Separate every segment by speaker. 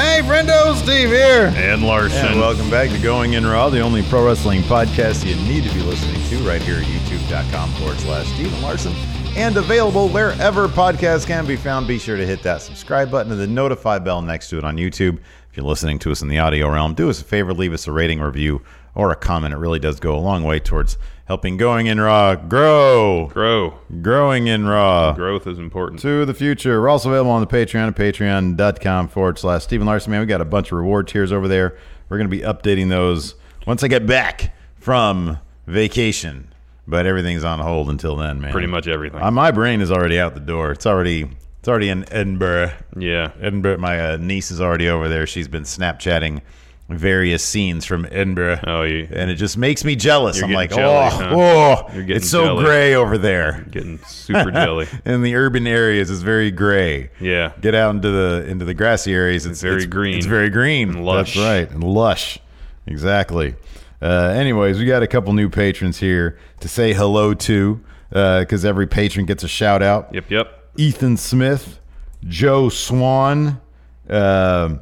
Speaker 1: Hey, friendo, Steve here.
Speaker 2: And Larson.
Speaker 1: And welcome back to Going In Raw, the only pro wrestling podcast you need to be listening to right here at youtube.com forward slash Steven Larson and available wherever podcasts can be found. Be sure to hit that subscribe button and the notify bell next to it on YouTube. If you're listening to us in the audio realm, do us a favor, leave us a rating, review, or a comment. It really does go a long way towards helping Going In Raw grow.
Speaker 2: Grow.
Speaker 1: Growing In Raw.
Speaker 2: Growth is important.
Speaker 1: To the future. We're also available on the Patreon at patreon.com forward slash Stephen Larson. Man, we got a bunch of reward tiers over there. We're going to be updating those once I get back from vacation but everything's on hold until then, man.
Speaker 2: Pretty much everything.
Speaker 1: Uh, my brain is already out the door. It's already it's already in Edinburgh.
Speaker 2: Yeah,
Speaker 1: Edinburgh. My uh, niece is already over there. She's been Snapchatting various scenes from Edinburgh.
Speaker 2: Oh, you,
Speaker 1: and it just makes me jealous. I'm like,
Speaker 2: jelly,
Speaker 1: oh,
Speaker 2: huh?
Speaker 1: oh, it's so
Speaker 2: jelly.
Speaker 1: gray over there.
Speaker 2: Getting super jelly.
Speaker 1: in the urban areas, it's very gray.
Speaker 2: Yeah,
Speaker 1: Get out into the into the grassy areas. It's,
Speaker 2: very
Speaker 1: it's-
Speaker 2: green.
Speaker 1: It's very green.
Speaker 2: And lush.
Speaker 1: That's right. And lush. Exactly. Uh, anyways, we got a couple new patrons here to say hello to because every patron gets a shout out.
Speaker 2: Yep. Yep.
Speaker 1: Ethan Smith, Joe Swan, um,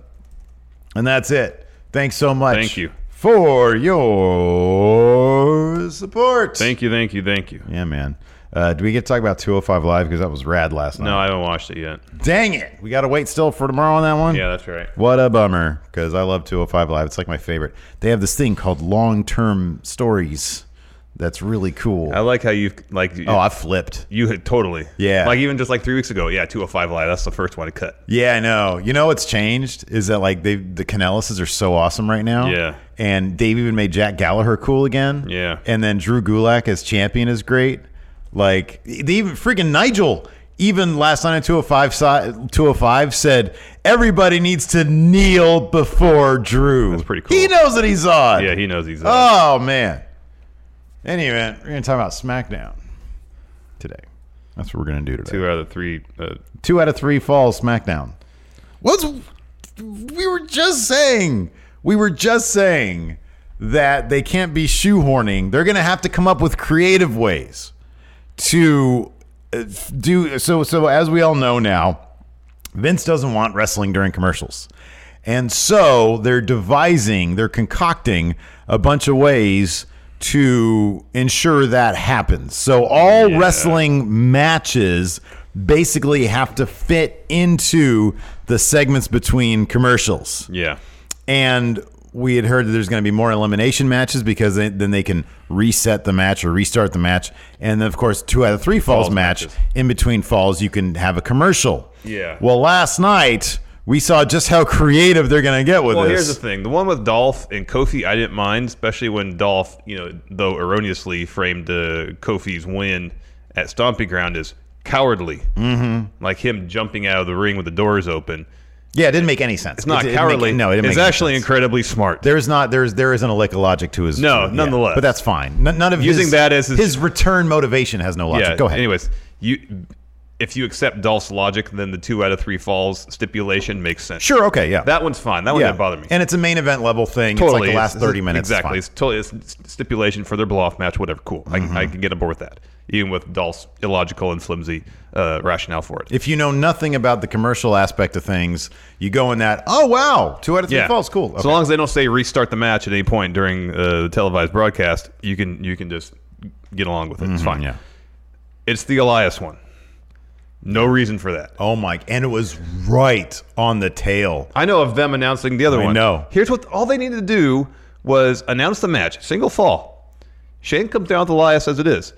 Speaker 1: and that's it. Thanks so much.
Speaker 2: Thank you.
Speaker 1: for your support.
Speaker 2: Thank you. Thank you. Thank you.
Speaker 1: Yeah, man. Uh, do we get to talk about 205 Live? Because that was rad last night.
Speaker 2: No, I haven't watched it yet.
Speaker 1: Dang it. We got to wait still for tomorrow on that one?
Speaker 2: Yeah, that's right.
Speaker 1: What a bummer, because I love 205 Live. It's like my favorite. They have this thing called long term stories that's really cool.
Speaker 2: I like how you like.
Speaker 1: oh, I flipped.
Speaker 2: you had totally.
Speaker 1: Yeah.
Speaker 2: Like even just like three weeks ago. Yeah, two hundred five live. That's the first one to cut.
Speaker 1: Yeah, I know. You know what's changed is that like they the Canellises are so awesome right now.
Speaker 2: Yeah.
Speaker 1: And they've even made Jack Gallagher cool again.
Speaker 2: Yeah.
Speaker 1: And then Drew Gulak as champion is great. Like they even freaking Nigel even last night at 205, si- 205 said everybody needs to kneel before Drew.
Speaker 2: That's pretty cool.
Speaker 1: He knows that he's on.
Speaker 2: Yeah, he knows he's. Uh,
Speaker 1: Oh man. Anyway, we're gonna talk about SmackDown today. That's what we're gonna do today.
Speaker 2: two out of the three. Uh,
Speaker 1: Two out of three falls SmackDown. What's we were just saying? We were just saying that they can't be shoehorning. They're going to have to come up with creative ways to uh, do so. So as we all know now, Vince doesn't want wrestling during commercials. And so they're devising, they're concocting a bunch of ways to ensure that happens. So all wrestling matches basically have to fit into the segments between commercials
Speaker 2: yeah.
Speaker 1: and we had heard that there's going to be more elimination matches because they, then they can reset the match or restart the match, and then of course two out of three falls,
Speaker 2: Falls
Speaker 1: match
Speaker 2: matches.
Speaker 1: in between falls you can have a commercial.
Speaker 2: Yeah.
Speaker 1: Well, last night we saw just how creative they're going to get with
Speaker 2: Well,
Speaker 1: this.
Speaker 2: here's the thing: the one with Dolph and Kofi, I didn't mind, especially when Dolph, you know, though erroneously framed uh, Kofi's win at Stompy Ground as cowardly, mm-hmm. like him jumping out of the ring with the doors open.
Speaker 1: yeah, it didn't make any sense.
Speaker 2: It's not
Speaker 1: It didn't make-
Speaker 2: cowardly.
Speaker 1: no, it didn't
Speaker 2: it's
Speaker 1: make any
Speaker 2: actually
Speaker 1: sense.
Speaker 2: incredibly smart.
Speaker 1: There's not there's there isn't a lick of logic to his
Speaker 2: No,
Speaker 1: yeah.
Speaker 2: nonetheless.
Speaker 1: but that's fine. None, none of
Speaker 2: Using
Speaker 1: his,
Speaker 2: that as his-
Speaker 1: his return motivation has no logic.
Speaker 2: yeah.
Speaker 1: Go ahead.
Speaker 2: Anyways, you. If you accept Dolph's logic, then the two out of three falls stipulation makes sense.
Speaker 1: sure. Okay. Yeah.
Speaker 2: That one's fine. That one didn't bother me.
Speaker 1: And it's a main event level thing. It's like the last
Speaker 2: It's-
Speaker 1: 30 minutes. It's
Speaker 2: Exactly.
Speaker 1: fine. Mm-hmm.
Speaker 2: It's, totally it's st- stipulation for their blow-off match, whatever. Cool. I, I can get on board with that, even with Dolph's illogical and flimsy uh, rationale for it.
Speaker 1: If you know nothing about the commercial aspect of things, you go in that, oh, wow, two out of three falls, cool.
Speaker 2: So
Speaker 1: Okay.
Speaker 2: long as they don't say restart the match at any point during uh, the televised broadcast, you can you can just get along with it. It's fine.
Speaker 1: Mm-hmm, yeah.
Speaker 2: It's the Elias one. No reason for that.
Speaker 1: Oh, my. And it was right on the tail.
Speaker 2: I know of them announcing the other
Speaker 1: I
Speaker 2: one.
Speaker 1: know.
Speaker 2: Here's what all they needed to do was announce the match, single fall. Shane comes down with Elias as it is.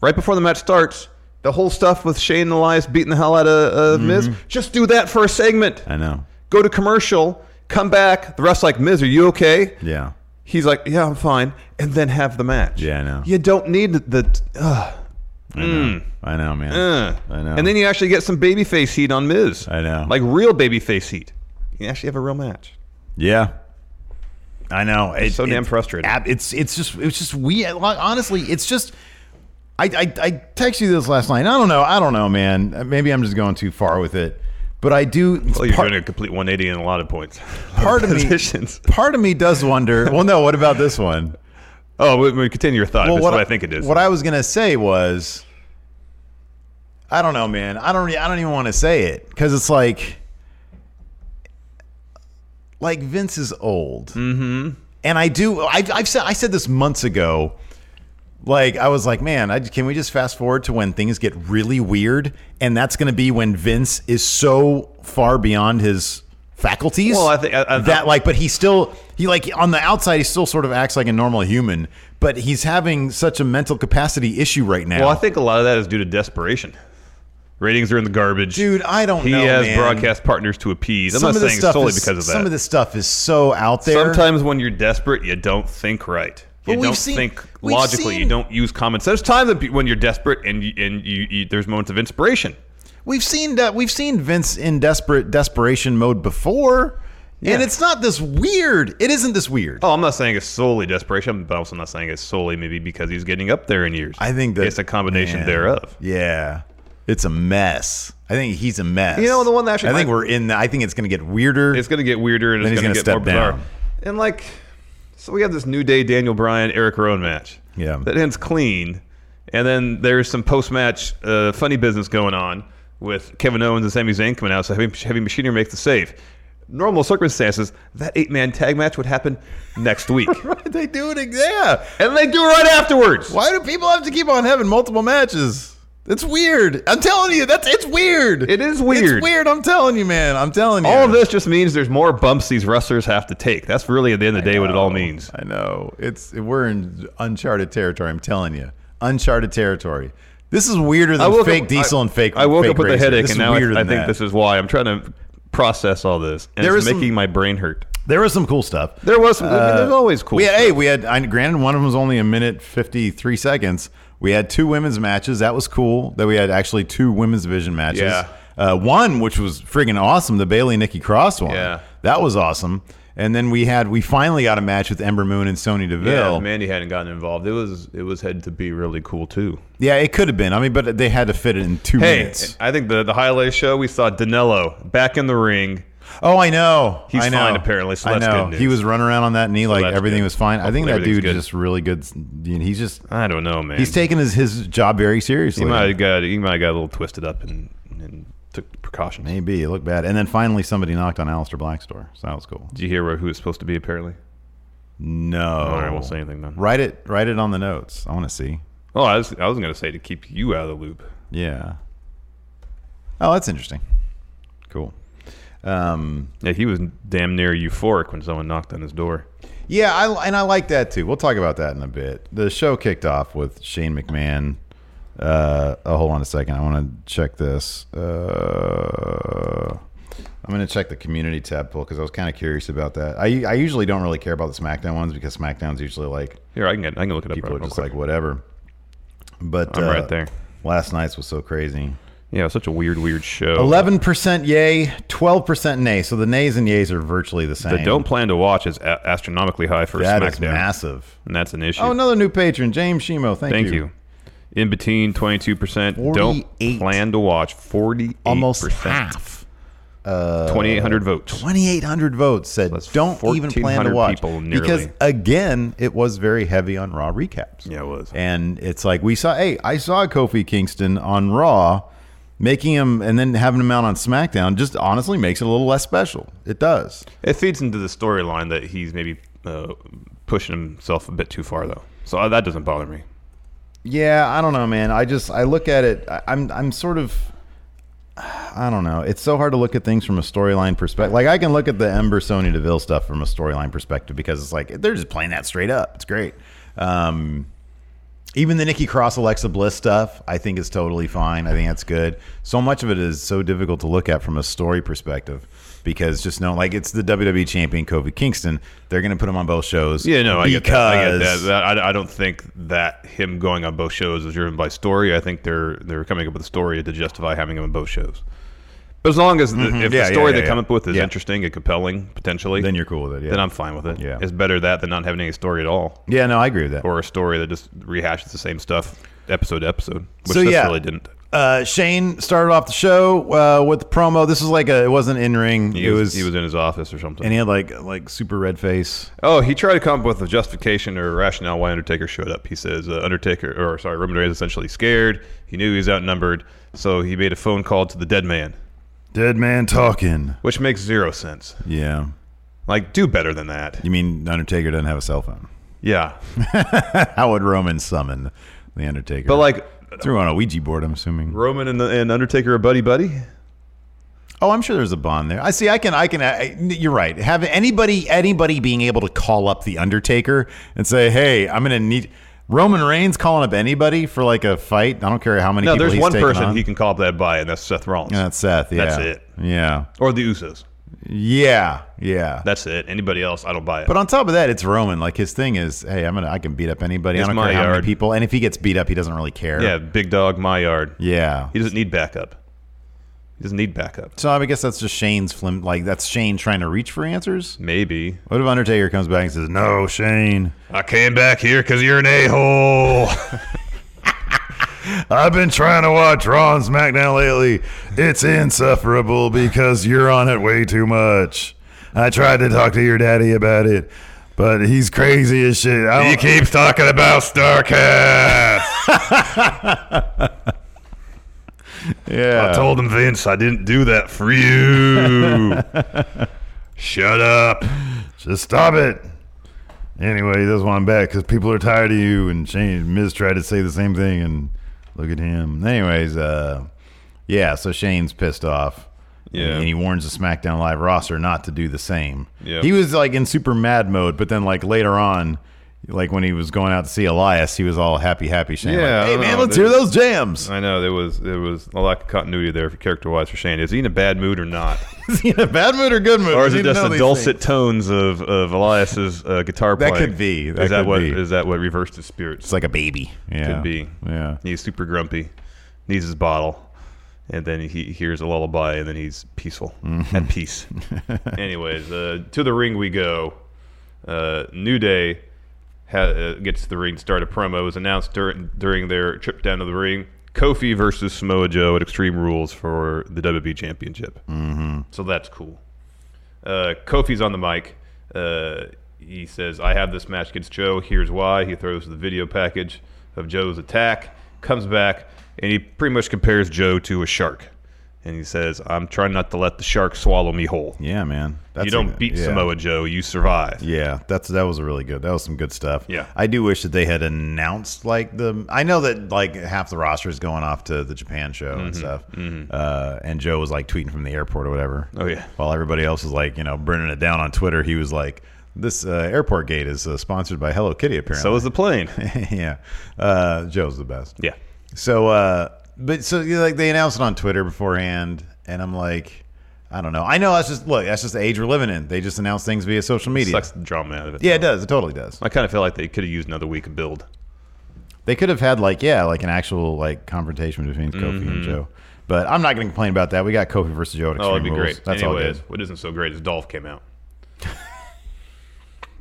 Speaker 2: Right before the match starts, the whole stuff with Shane and Elias beating the hell out of uh, Miz, just do that for a segment.
Speaker 1: I know.
Speaker 2: Go to commercial, come back. The ref's like, Miz, are you okay?
Speaker 1: Yeah.
Speaker 2: He's like, yeah, I'm fine. And then have the match.
Speaker 1: Yeah, I know.
Speaker 2: You don't need the. Uh,
Speaker 1: I know, man.
Speaker 2: uh.
Speaker 1: I know.
Speaker 2: And then you actually get some babyface heat on Miz.
Speaker 1: I know.
Speaker 2: Like real babyface heat. You actually have a real match.
Speaker 1: Yeah. I know. It's
Speaker 2: so damn frustrating.
Speaker 1: ab- It's it's just it's just weird. Like, Honestly, it's just. I, I I texted you this last night. I don't know. I don't know, man. Uh, Maybe I'm just going too far with it. But I do.
Speaker 2: Well, you're
Speaker 1: part-
Speaker 2: doing a complete 180 in a lot of points.
Speaker 1: part of me.
Speaker 2: positions.
Speaker 1: Part of me does wonder. Well, no. What about this one?
Speaker 2: Oh, we, we continue your thought. That's what, I, think it is.
Speaker 1: What I was gonna say was, I don't know, man. I don't. re- I don't even want to say it because it's like, like Vince is old, mm-hmm. and I do. I've, I've said. I said this months ago. Like I was like, man, I, can we just fast forward to when things get really weird, and that's going to be when Vince is so far beyond his faculties.
Speaker 2: Well, I think- I- I-
Speaker 1: that like, but he still he like on the outside he still sort of acts like a normal human, but he's having such a mental capacity issue right now.
Speaker 2: well, I think a lot of that is due to desperation. Ratings are in the garbage.
Speaker 1: Dude, I don't
Speaker 2: he
Speaker 1: know,
Speaker 2: has
Speaker 1: man.
Speaker 2: broadcast partners to appease. I'm
Speaker 1: Some
Speaker 2: not
Speaker 1: of this
Speaker 2: saying
Speaker 1: stuff
Speaker 2: solely
Speaker 1: is-
Speaker 2: because of that.
Speaker 1: Some of this stuff is so out there.
Speaker 2: Sometimes when you're desperate, you don't think right. You
Speaker 1: But we've
Speaker 2: don't
Speaker 1: seen-
Speaker 2: think
Speaker 1: we've
Speaker 2: logically. you
Speaker 1: seen-
Speaker 2: don't use common sense. There's times that pe- when you're desperate and you, and you, you there's moments of inspiration.
Speaker 1: we've seen that we've seen Vince in desperate desperation mode before, and
Speaker 2: Yeah.
Speaker 1: it's not this weird. It isn't this weird.
Speaker 2: Oh, I'm not saying it's solely desperation, but also not saying it's solely maybe because he's getting up there in years.
Speaker 1: I think that
Speaker 2: it's a combination
Speaker 1: man,
Speaker 2: thereof.
Speaker 1: Yeah, it's a mess. I think he's a mess.
Speaker 2: You know, the one that actually
Speaker 1: I think
Speaker 2: might-
Speaker 1: we're in. The, I think it's going to get weirder.
Speaker 2: It's going to get weirder and
Speaker 1: Then
Speaker 2: it's
Speaker 1: he's
Speaker 2: going to
Speaker 1: gonna
Speaker 2: get more
Speaker 1: step
Speaker 2: bizarre.
Speaker 1: down.
Speaker 2: And like, so we have this New Day Daniel Bryan Eric Rowan match.
Speaker 1: Yeah.
Speaker 2: That ends clean. And then there's some post match uh, funny business going on with Kevin Owens and Sami Zayn coming out. So Heavy, heavy Machinery makes the save. Normal circumstances, that eight man tag match would happen next week.
Speaker 1: they do it. Yeah.
Speaker 2: and they do it right afterwards.
Speaker 1: Why do people have to keep on having multiple matches? It's weird. I'm telling you, that's it's weird.
Speaker 2: It is weird.
Speaker 1: It's weird. I'm telling you, man. I'm telling you.
Speaker 2: All of this just means there's more bumps these wrestlers have to take. That's really at the end of the day what it all means.
Speaker 1: I know. It's we're in uncharted territory. I'm telling you, uncharted territory. This is weirder than fake
Speaker 2: up,
Speaker 1: diesel
Speaker 2: I,
Speaker 1: and fake.
Speaker 2: I woke
Speaker 1: fake
Speaker 2: up with
Speaker 1: racer.
Speaker 2: a headache,
Speaker 1: This is
Speaker 2: and now I,
Speaker 1: weirder
Speaker 2: I
Speaker 1: than
Speaker 2: think
Speaker 1: that.
Speaker 2: this is why I'm trying to process all this, and
Speaker 1: There
Speaker 2: it's
Speaker 1: is some-
Speaker 2: making my brain hurt. Uh,
Speaker 1: There was some cool stuff.
Speaker 2: There was, some, I mean, there's always cool.
Speaker 1: Uh, We had,
Speaker 2: stuff.
Speaker 1: hey, we had. I, granted, one of them was only a minute fifty three seconds. We had two women's matches. That was cool. That we had actually two women's division matches.
Speaker 2: Yeah.
Speaker 1: Uh, one which was friggin' awesome, the Bailey Nikki Cross one.
Speaker 2: Yeah.
Speaker 1: That was awesome. And then we had we finally got a match with Ember Moon and Sony Deville.
Speaker 2: yeah, Mandy hadn't gotten involved. It was it was had to be really cool too.
Speaker 1: Yeah, it could have been. I mean, but they had to fit it in two
Speaker 2: Hey,
Speaker 1: minutes.
Speaker 2: I think the the highlight show we saw Danilo back in the ring.
Speaker 1: Oh, I know.
Speaker 2: He's
Speaker 1: I know.
Speaker 2: fine, apparently, so
Speaker 1: I
Speaker 2: that's
Speaker 1: know.
Speaker 2: good
Speaker 1: He
Speaker 2: news.
Speaker 1: was running around on that knee like
Speaker 2: that's
Speaker 1: everything
Speaker 2: good.
Speaker 1: was fine. I think
Speaker 2: Hopefully
Speaker 1: that
Speaker 2: everything's
Speaker 1: dude is
Speaker 2: good.
Speaker 1: just really good. He's just
Speaker 2: I don't know, man.
Speaker 1: he's taking his, his job very seriously.
Speaker 2: He might have got he might have got a little twisted up and and took precautions.
Speaker 1: Maybe it looked bad. And then finally, somebody knocked on Alistair Black's door. So that was cool.
Speaker 2: Did you hear where who it's supposed to be? Apparently,
Speaker 1: No,
Speaker 2: all
Speaker 1: Oh.
Speaker 2: right, I won't say anything then.
Speaker 1: Write it. Write it on the notes. I want to see.
Speaker 2: Oh, I was I was gonna say to keep you out of the loop.
Speaker 1: Yeah. Oh, that's interesting. Cool. Um,
Speaker 2: Yeah, he was damn near euphoric when someone knocked on his door.
Speaker 1: yeah, I, and I like that too. We'll talk about that in a bit. The show kicked off with Shane McMahon. Uh, oh, hold on a second. I want to check this. Uh, I'm going to check the community tab poll because I was kind of curious about that. I, I usually don't really care about the SmackDown ones because SmackDown's usually like
Speaker 2: Here, I can get, I can look it up.
Speaker 1: people
Speaker 2: real
Speaker 1: are just
Speaker 2: quick.
Speaker 1: like whatever. But
Speaker 2: I'm
Speaker 1: uh,
Speaker 2: right there.
Speaker 1: Last night's was so crazy.
Speaker 2: Yeah, it was such a weird, weird show.
Speaker 1: Eleven percent yay, twelve percent nay. So the nays and yays are virtually the same.
Speaker 2: The don't plan to watch is a- astronomically high for
Speaker 1: That
Speaker 2: SmackDown,
Speaker 1: is massive.
Speaker 2: and that's an issue.
Speaker 1: Oh, another new patron, James Shimo. Thank,
Speaker 2: Thank you. In between, twenty-two percent don't
Speaker 1: 48.
Speaker 2: plan to watch. Forty-eight
Speaker 1: Almost
Speaker 2: percent.
Speaker 1: half.
Speaker 2: Twenty-eight hundred votes.
Speaker 1: 2,800 votes said
Speaker 2: That's
Speaker 1: don't even plan to
Speaker 2: 1,400
Speaker 1: watch
Speaker 2: people nearly.
Speaker 1: because again it was very heavy on Raw recaps.
Speaker 2: Yeah, it was.
Speaker 1: And it's like we saw. Hey, I saw Kofi Kingston on Raw, making him and then having him out on SmackDown. Just honestly makes it a little less special. It does.
Speaker 2: It feeds into the storyline that he's maybe uh, pushing himself a bit too far, though. So uh, that doesn't bother me.
Speaker 1: Yeah, I don't know, man. I just I look at it. I, I'm I'm sort of. I don't know. It's so hard to look at things from a storyline perspective. Like I can look at the Ember Sony Deville stuff from a storyline perspective because it's like they're just playing that straight up. It's great. Um, even the Nikki Cross Alexa Bliss stuff, I think is totally fine. I think that's good. So much of it is so difficult to look at from a story perspective because just know like it's the WWE champion Kofi Kingston. They're going to put him on both shows.
Speaker 2: Yeah, no, I
Speaker 1: because
Speaker 2: get that. I, get that. That- I, I don't think that him going on both shows is driven by story. I think they're they're coming up with a story to justify having him on both shows. But as long as the, if
Speaker 1: Mm-hmm. Yeah,
Speaker 2: the
Speaker 1: yeah,
Speaker 2: story
Speaker 1: yeah,
Speaker 2: they come
Speaker 1: yeah.
Speaker 2: up with is
Speaker 1: Yeah.
Speaker 2: interesting and compelling, potentially,
Speaker 1: Then you're cool with it, yeah.
Speaker 2: Then I'm fine with it.
Speaker 1: Yeah.
Speaker 2: it's better that than not having any story at all,
Speaker 1: yeah, no, I agree with that.
Speaker 2: or a story that just rehashes the same stuff episode to episode, which
Speaker 1: So,
Speaker 2: this
Speaker 1: yeah.
Speaker 2: really didn't.
Speaker 1: Uh, Shane started off the show uh, with the promo. This was like a it wasn't in ring.
Speaker 2: He
Speaker 1: it
Speaker 2: was,
Speaker 1: was,
Speaker 2: he was in his office or something.
Speaker 1: and he had like like super red face.
Speaker 2: Oh, he tried to come up with a justification or a rationale why Undertaker showed up. He says uh, Undertaker, or sorry, Roman Reigns, is essentially scared. He knew he was outnumbered, so he made a phone call to the dead man,
Speaker 1: Dead man talking.
Speaker 2: which makes zero sense.
Speaker 1: Yeah,
Speaker 2: Like, do better than that.
Speaker 1: you mean Undertaker doesn't have a cell phone?
Speaker 2: Yeah,
Speaker 1: How would Roman summon the Undertaker?
Speaker 2: but like
Speaker 1: through on a Ouija board, I'm assuming.
Speaker 2: Roman and, the, and Undertaker are buddy buddy.
Speaker 1: Oh, I'm sure there's a bond there. I see. I can. I can. I, you're right. Have anybody anybody being able to call up the Undertaker and say, "Hey, I'm gonna need." Roman Reigns calling up anybody for like a fight. I don't care how many.
Speaker 2: No,
Speaker 1: people
Speaker 2: there's
Speaker 1: he's
Speaker 2: one
Speaker 1: taken
Speaker 2: person
Speaker 1: on.
Speaker 2: he can call up that by, and that's Seth Rollins.
Speaker 1: Yeah, that's Seth. Yeah,
Speaker 2: That's it.
Speaker 1: Yeah,
Speaker 2: or the Usos.
Speaker 1: yeah, yeah.
Speaker 2: That's it. Anybody else, I don't buy it.
Speaker 1: but on top of that, it's Roman. Like his thing is, hey, I'm gonna, I can beat up anybody.
Speaker 2: It's
Speaker 1: I don't
Speaker 2: my
Speaker 1: care how
Speaker 2: yard.
Speaker 1: many people. And if he gets beat up, he doesn't really care.
Speaker 2: yeah, big dog, my yard.
Speaker 1: yeah.
Speaker 2: He doesn't need backup. He doesn't need backup.
Speaker 1: So I guess that's just Shane's flim. Like that's Shane trying to reach for answers.
Speaker 2: Maybe
Speaker 1: What if Undertaker comes back and says, "No, Shane,
Speaker 2: I came back here because you're an a hole.
Speaker 1: I've been trying to watch Raw and SmackDown lately. It's insufferable because you're on it way too much. I tried to talk to your daddy about it, but he's crazy as shit. I
Speaker 2: He keeps talking about StarCast.
Speaker 1: yeah.
Speaker 2: I told him, Vince, I didn't do that for you. Shut up.
Speaker 1: Just stop it. Anyway, that's why I'm back because people are tired of you. And Shane Miz tried to say the same thing, and look at him. Anyways, uh, yeah. So Shane's pissed off.
Speaker 2: Yeah.
Speaker 1: and he warns the SmackDown Live roster not to do the same.
Speaker 2: Yeah.
Speaker 1: he was like in super mad mode, but then like later on, like when he was going out to see Elias, he was all happy, happy. Shane,
Speaker 2: Yeah,
Speaker 1: like,
Speaker 2: I
Speaker 1: hey
Speaker 2: don't
Speaker 1: man,
Speaker 2: know.
Speaker 1: let's hear those jams.
Speaker 2: I know there was there was a lack of continuity there for character wise for Shane. Is he in a bad mood or not,
Speaker 1: is he in a bad mood or good mood?
Speaker 2: or
Speaker 1: We
Speaker 2: is
Speaker 1: need
Speaker 2: it
Speaker 1: to
Speaker 2: just
Speaker 1: know
Speaker 2: the
Speaker 1: these
Speaker 2: dulcet
Speaker 1: things.
Speaker 2: tones of of Elias's uh, guitar
Speaker 1: That
Speaker 2: playing?
Speaker 1: could be. That
Speaker 2: is that
Speaker 1: could
Speaker 2: what
Speaker 1: be.
Speaker 2: is that what reversed his spirits?
Speaker 1: It's like a baby. Yeah,
Speaker 2: Could be.
Speaker 1: Yeah.
Speaker 2: He's super grumpy. Needs his bottle. And then he hears a lullaby and then he's peaceful. At peace. Anyways, uh, to the ring we go. Uh, New Day ha- uh, gets to the ring to start a promo. It was announced dur- during their trip down to the ring. Kofi versus Samoa Joe at Extreme Rules for the WWE Championship. Mm-hmm. So that's cool. Uh, Kofi's on the mic. Uh, he says, I have this match against Joe. Here's why. He throws the video package of Joe's attack, comes back, and he pretty much compares Joe to a shark. And he says, I'm trying not to let the shark swallow me whole.
Speaker 1: Yeah, man. That's
Speaker 2: you don't
Speaker 1: a-
Speaker 2: beat
Speaker 1: yeah.
Speaker 2: Samoa Joe, you survive.
Speaker 1: Yeah, that's that was really good. That was some good stuff.
Speaker 2: Yeah.
Speaker 1: I do wish that they had announced like the. I know that like half the roster is going off to the Japan show
Speaker 2: Mm-hmm.
Speaker 1: and stuff. Uh, and Joe was like tweeting from the airport or whatever.
Speaker 2: Oh, yeah.
Speaker 1: While everybody else was like, you know, burning it down on Twitter, he was like, "This uh, airport gate is uh, sponsored by Hello Kitty." Apparently,
Speaker 2: So is the plane.
Speaker 1: yeah. Uh, Joe's the best.
Speaker 2: yeah.
Speaker 1: So, uh, but so you know, like they announced it on Twitter beforehand, and I'm like, I don't know. I know that's just look, that's just the age we're living in. They just announce things via social media.
Speaker 2: Sucks the drama out of it.
Speaker 1: Yeah, it does. It totally does.
Speaker 2: I kind of feel like they could have used another week of build.
Speaker 1: They could have had like yeah, like an actual like confrontation between Kofi and Joe. But I'm not going to complain about that. We got Kofi versus Joe at Extreme
Speaker 2: Mm-hmm. Oh, it'd be
Speaker 1: Rules.
Speaker 2: great.
Speaker 1: That's all
Speaker 2: Anyways,
Speaker 1: good.
Speaker 2: what isn't so great is Dolph came out.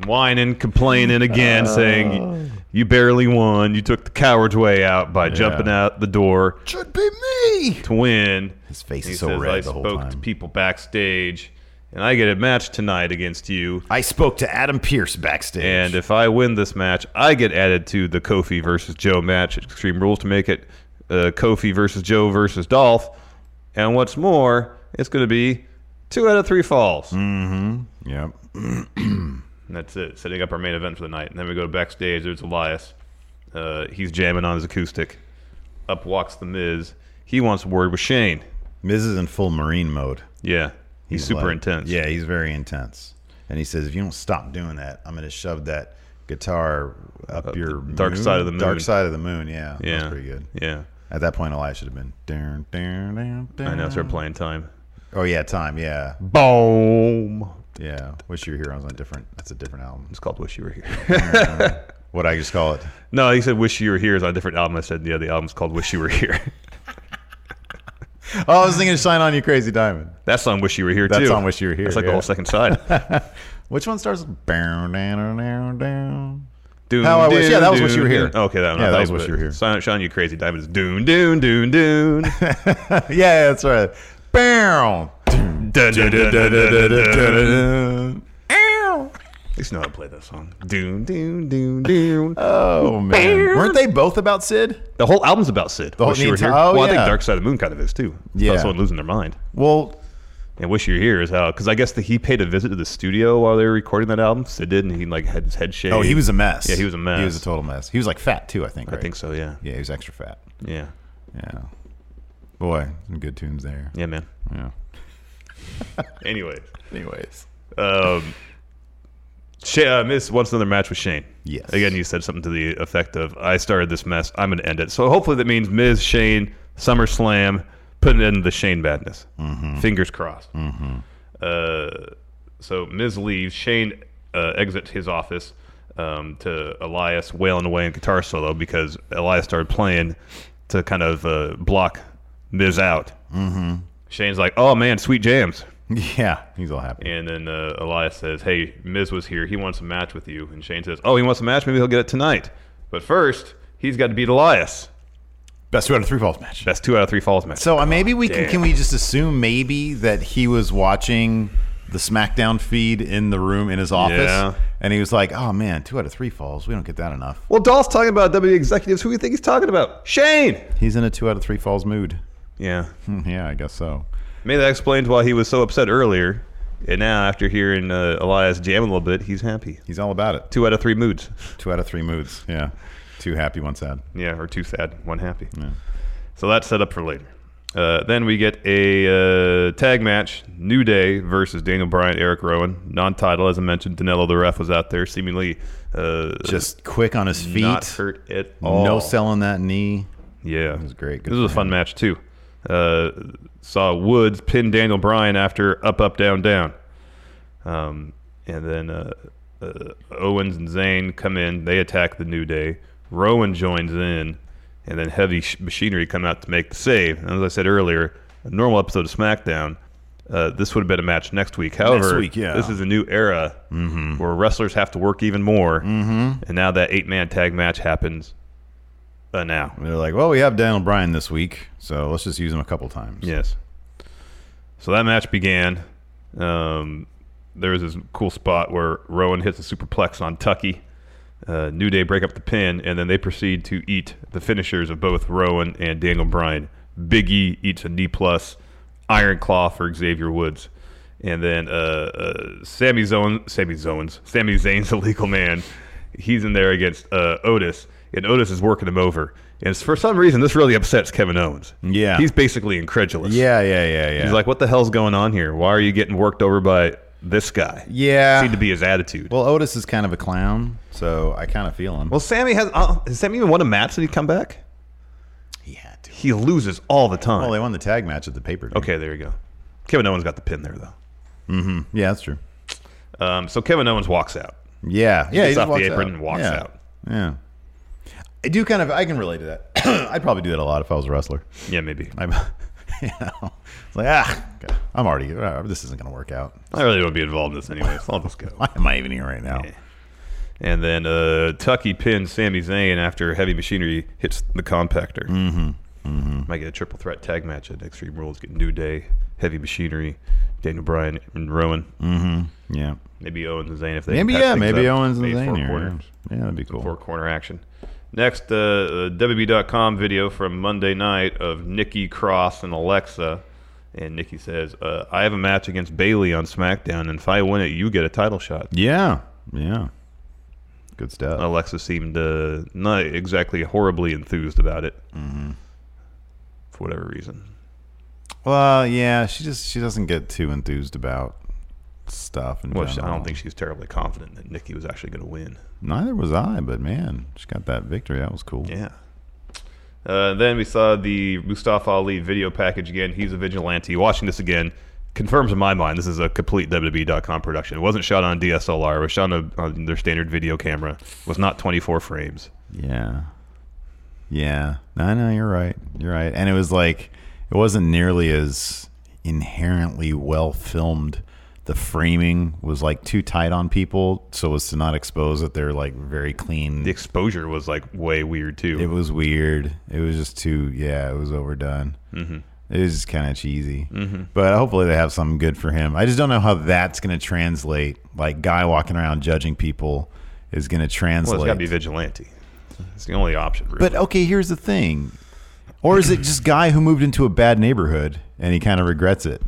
Speaker 2: Whining, complaining again, saying,
Speaker 1: Uh.
Speaker 2: You barely won. You took the coward's way out by jumping out the door
Speaker 1: Should be me.
Speaker 2: to win.
Speaker 1: His face
Speaker 2: And
Speaker 1: is
Speaker 2: he
Speaker 1: so
Speaker 2: says,
Speaker 1: red
Speaker 2: I
Speaker 1: the whole
Speaker 2: spoke to
Speaker 1: time."
Speaker 2: people backstage, and I get a match tonight against you.
Speaker 1: I spoke to Adam Pierce backstage.
Speaker 2: And if I win this match, I get added to the Kofi versus Joe match at Extreme Rules to make it uh, Kofi versus Joe versus Dolph. And what's more, it's going to be two out of three falls.
Speaker 1: Mm. yep.
Speaker 2: And that's it, setting up our main event for the night. And then we go backstage. There's Elias. Uh, he's jamming on his acoustic. Up walks The Miz. He wants a word with Shane.
Speaker 1: Miz is in full Marine mode.
Speaker 2: Yeah. He's, super
Speaker 1: like-
Speaker 2: intense.
Speaker 1: Yeah, he's very intense. And he says, if you don't stop doing that, I'm going to shove that guitar up your
Speaker 2: Uh, dark
Speaker 1: moon-
Speaker 2: side of the moon.
Speaker 1: Dark side of the moon. Yeah,
Speaker 2: Yeah.
Speaker 1: that's pretty good.
Speaker 2: Yeah.
Speaker 1: At that point, Elias should have been. Dun, dun, dun, dun.
Speaker 2: I know it's our playing time.
Speaker 1: Oh yeah, time. Yeah,
Speaker 2: Boom.
Speaker 1: yeah. Wish you were here. I was on a different. That's a different album.
Speaker 2: It's called Wish You Were Here.
Speaker 1: What I just call it.
Speaker 2: no, he said Wish You Were Here is on a different album. I said, yeah, the album's called Wish You Were Here.
Speaker 1: Oh, I was thinking of "Shine On You Crazy Diamond."
Speaker 2: That's on Wish You Were Here,
Speaker 1: That's
Speaker 2: too.
Speaker 1: on Wish You Were Here,
Speaker 2: That's like the
Speaker 1: yeah.
Speaker 2: whole second side.
Speaker 1: Which one starts? with Down, down, down, down.
Speaker 2: Doon,
Speaker 1: How I wish- yeah, that was Wish You Were Here.
Speaker 2: doon. Okay, that one.
Speaker 1: Yeah, that
Speaker 2: I thought
Speaker 1: was
Speaker 2: you
Speaker 1: Wish
Speaker 2: put-
Speaker 1: You Were Here.
Speaker 2: Shine, shine, you crazy diamond is doon, doon, doon, doon.
Speaker 1: Yeah, that's right. Bow. Dun,
Speaker 2: Dun, dun, dun, dun, dun, dun, dun, dun.
Speaker 1: dun. Ow.
Speaker 2: At least know how to play that song. Doon, doon, doon, doon.
Speaker 1: Oh man, weren't they both about Sid?
Speaker 2: The whole album's about Sid.
Speaker 1: whole
Speaker 2: Wish You Were
Speaker 1: entire-
Speaker 2: Here.
Speaker 1: oh,
Speaker 2: well, I think
Speaker 1: yeah.
Speaker 2: Dark Side of the Moon kind of is too.
Speaker 1: Yeah.
Speaker 2: About someone losing their mind.
Speaker 1: Well,
Speaker 2: And Wish You Were Here is how, because I guess that he paid a visit to the studio while they were recording that album. Sid did, and he like had his head shaved.
Speaker 1: oh, he was a mess.
Speaker 2: Yeah, he was a mess.
Speaker 1: He was a total mess. He was like fat too, I think.
Speaker 2: I
Speaker 1: Right?
Speaker 2: think so. Yeah.
Speaker 1: Yeah, he was extra fat.
Speaker 2: Yeah.
Speaker 1: Yeah. Boy, some good tunes there.
Speaker 2: Yeah, man.
Speaker 1: Yeah.
Speaker 2: Anyways,
Speaker 1: Anyways.
Speaker 2: um, Shay, uh, Miss wants another match with Shane.
Speaker 1: Yes.
Speaker 2: Again, you said something to the effect of, "I started this mess. I'm going to end it." So hopefully that means Miz, Shane, SummerSlam, putting an end to the Shane madness. Fingers crossed. Uh, so Miz leaves. Shane uh, exits his office um, to Elias wailing away in guitar solo because Elias started playing to kind of uh, block Miz out. Mm-hmm. Shane's like, "Oh man, sweet jams."
Speaker 1: Yeah, he's all happy.
Speaker 2: And then uh, Elias says, "Hey, Miz was here. He wants a match with you." And Shane says, "Oh, he wants a match. Maybe he'll get it tonight. But first, he's got to beat Elias.
Speaker 1: Best two out of three falls match.
Speaker 2: That's two out of three falls match.
Speaker 1: So uh, maybe we can can we just assume maybe that he was watching the SmackDown feed in the room in his office,
Speaker 2: Yeah.
Speaker 1: and he was like, "Oh man, two out of three falls. We don't get that enough."
Speaker 2: well, Dolph's talking about WWE executives. Who do you think he's talking about? Shane.
Speaker 1: He's in a two out of three falls mood.
Speaker 2: Yeah.
Speaker 1: Hmm, Yeah, I guess so.
Speaker 2: Maybe that explains why he was so upset earlier. And now, after hearing uh, Elias jam a little bit, he's happy.
Speaker 1: He's all about it.
Speaker 2: Two out of three moods.
Speaker 1: Two out of three moods. Yeah, two happy, one sad.
Speaker 2: Yeah, or two sad, one happy. So that's set up for later. Uh, then we get a uh, tag match: New Day versus Daniel Bryan, Eric Rowan, non-title, as I mentioned. Danilo the ref was out there, seemingly uh,
Speaker 1: Just quick on his feet.
Speaker 2: not hurt at all.
Speaker 1: No selling that knee.
Speaker 2: Yeah, it
Speaker 1: was great. Good
Speaker 2: this was
Speaker 1: for
Speaker 2: a fun match too. Uh, saw Woods pin Daniel Bryan after up, up, down, down. Um, and then uh, uh, Owens and Zayn come in. They attack the New Day. Rowan joins in, and then Heavy sh- Machinery come out to make the save. And as I said earlier, a normal episode of SmackDown. Uh, this would have been a match next week. However,
Speaker 1: week, yeah. Mm-hmm.
Speaker 2: this is a new era where wrestlers have to work even more. Mm-hmm. And now that eight man tag match happens uh, now.
Speaker 1: They're like, well, we have Daniel Bryan this week, so let's just use him a couple times.
Speaker 2: Yes. So that match began. Um, there was this cool spot where Rowan hits a superplex on Tucky. Uh, New Day break up the pin, and then they proceed to eat the finishers of both Rowan and Daniel Bryan. Biggie eats a knee plus, Iron Claw for Xavier Woods. And then uh, uh, Sammy Zone, Sammy Zones, Sammy Zayn's a legal man. He's in there against uh, Otis, and Otis is working him over. And s- for some reason, this really upsets Kevin Owens.
Speaker 1: Yeah.
Speaker 2: he's basically incredulous.
Speaker 1: Yeah, yeah, yeah, yeah.
Speaker 2: He's like, what the hell's going on here? Why are you getting worked over by this guy?
Speaker 1: Yeah.
Speaker 2: Seemed to be his attitude. Well,
Speaker 1: well, Otis is kind of a clown, so I kind of feel him.
Speaker 2: Sammy has, uh, has Sammy even won a match since he come back?
Speaker 1: he had to.
Speaker 2: He loses all the time.
Speaker 1: Well, they won the tag match at the paper.
Speaker 2: okay, there you go. Kevin Owens got the pin there, though.
Speaker 1: Yeah, that's true.
Speaker 2: Um, so Kevin Owens walks out.
Speaker 1: Yeah, yeah.
Speaker 2: gets
Speaker 1: just
Speaker 2: off the
Speaker 1: walks
Speaker 2: apron and walks
Speaker 1: yeah.
Speaker 2: out.
Speaker 1: Yeah. I do kind of. I can relate to that. I'd probably do that a lot if I was a wrestler.
Speaker 2: Yeah, maybe.
Speaker 1: I'm, you know, it's like ah, okay, I'm already. uh, this isn't going to work out.
Speaker 2: I really don't be involved in this anyway, so I'll just go.
Speaker 1: Why am I even here right now?
Speaker 2: And then uh, Tucky pins Sami Zayn after Heavy Machinery hits the compactor. Mm-hmm. mm-hmm. Might get a triple threat tag match at Extreme Rules. Get New Day, Heavy Machinery, Daniel Bryan, and Rowan.
Speaker 1: Yeah.
Speaker 2: Maybe Owens and Zayn if they
Speaker 1: Mm. Maybe
Speaker 2: patch
Speaker 1: yeah.
Speaker 2: things
Speaker 1: Maybe
Speaker 2: up.
Speaker 1: Owens and
Speaker 2: Made
Speaker 1: Zayn
Speaker 2: four
Speaker 1: here.
Speaker 2: corners.
Speaker 1: Yeah, that'd be cool.
Speaker 2: Four corner action. Next, uh, uh, WB.com video from Monday night of Nikki Cross and Alexa, and Nikki says, uh, "I have a match against Bailey on SmackDown, and if I win it, you get a title shot."
Speaker 1: Yeah. Yeah. Good stuff.
Speaker 2: Alexa seemed uh, not exactly horribly enthused about it, mm-hmm. for whatever reason.
Speaker 1: Well, yeah, she just she doesn't get too enthused about stuff. In
Speaker 2: Well, she- I
Speaker 1: general.
Speaker 2: don't think she was terribly confident that Nikki was actually going to win.
Speaker 1: Neither was I, but man, she got that victory. That was cool.
Speaker 2: Yeah. Uh, then we saw the Mustafa Ali video package again. He's a vigilante. Watching this again confirms in my mind this is a complete WWE.com production. It wasn't shot on DSLR. It was shot on, on their standard video camera. It was not 24 frames.
Speaker 1: Yeah. Yeah. No, no, you're right. You're right. And it was like it wasn't nearly as inherently well filmed. The framing was like too tight on people so as to not expose that they're like very clean.
Speaker 2: The exposure was like way weird too.
Speaker 1: Hmm. It was weird. It was just too yeah, it was overdone. Mm-hmm. It was just kind of cheesy. Mm-hmm. But hopefully they have something good for him. I just don't know how that's going to translate. Like guy walking around judging people is going to
Speaker 2: well,
Speaker 1: translate.
Speaker 2: it's got to be vigilante. It's the only option. Really.
Speaker 1: But okay, here's the thing. Or is it just guy who moved into a bad neighborhood and he kind of regrets it?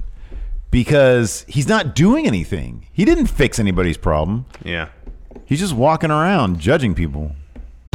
Speaker 1: Because he's not doing anything. He didn't fix anybody's problem.
Speaker 2: yeah.
Speaker 1: He's just walking around judging people.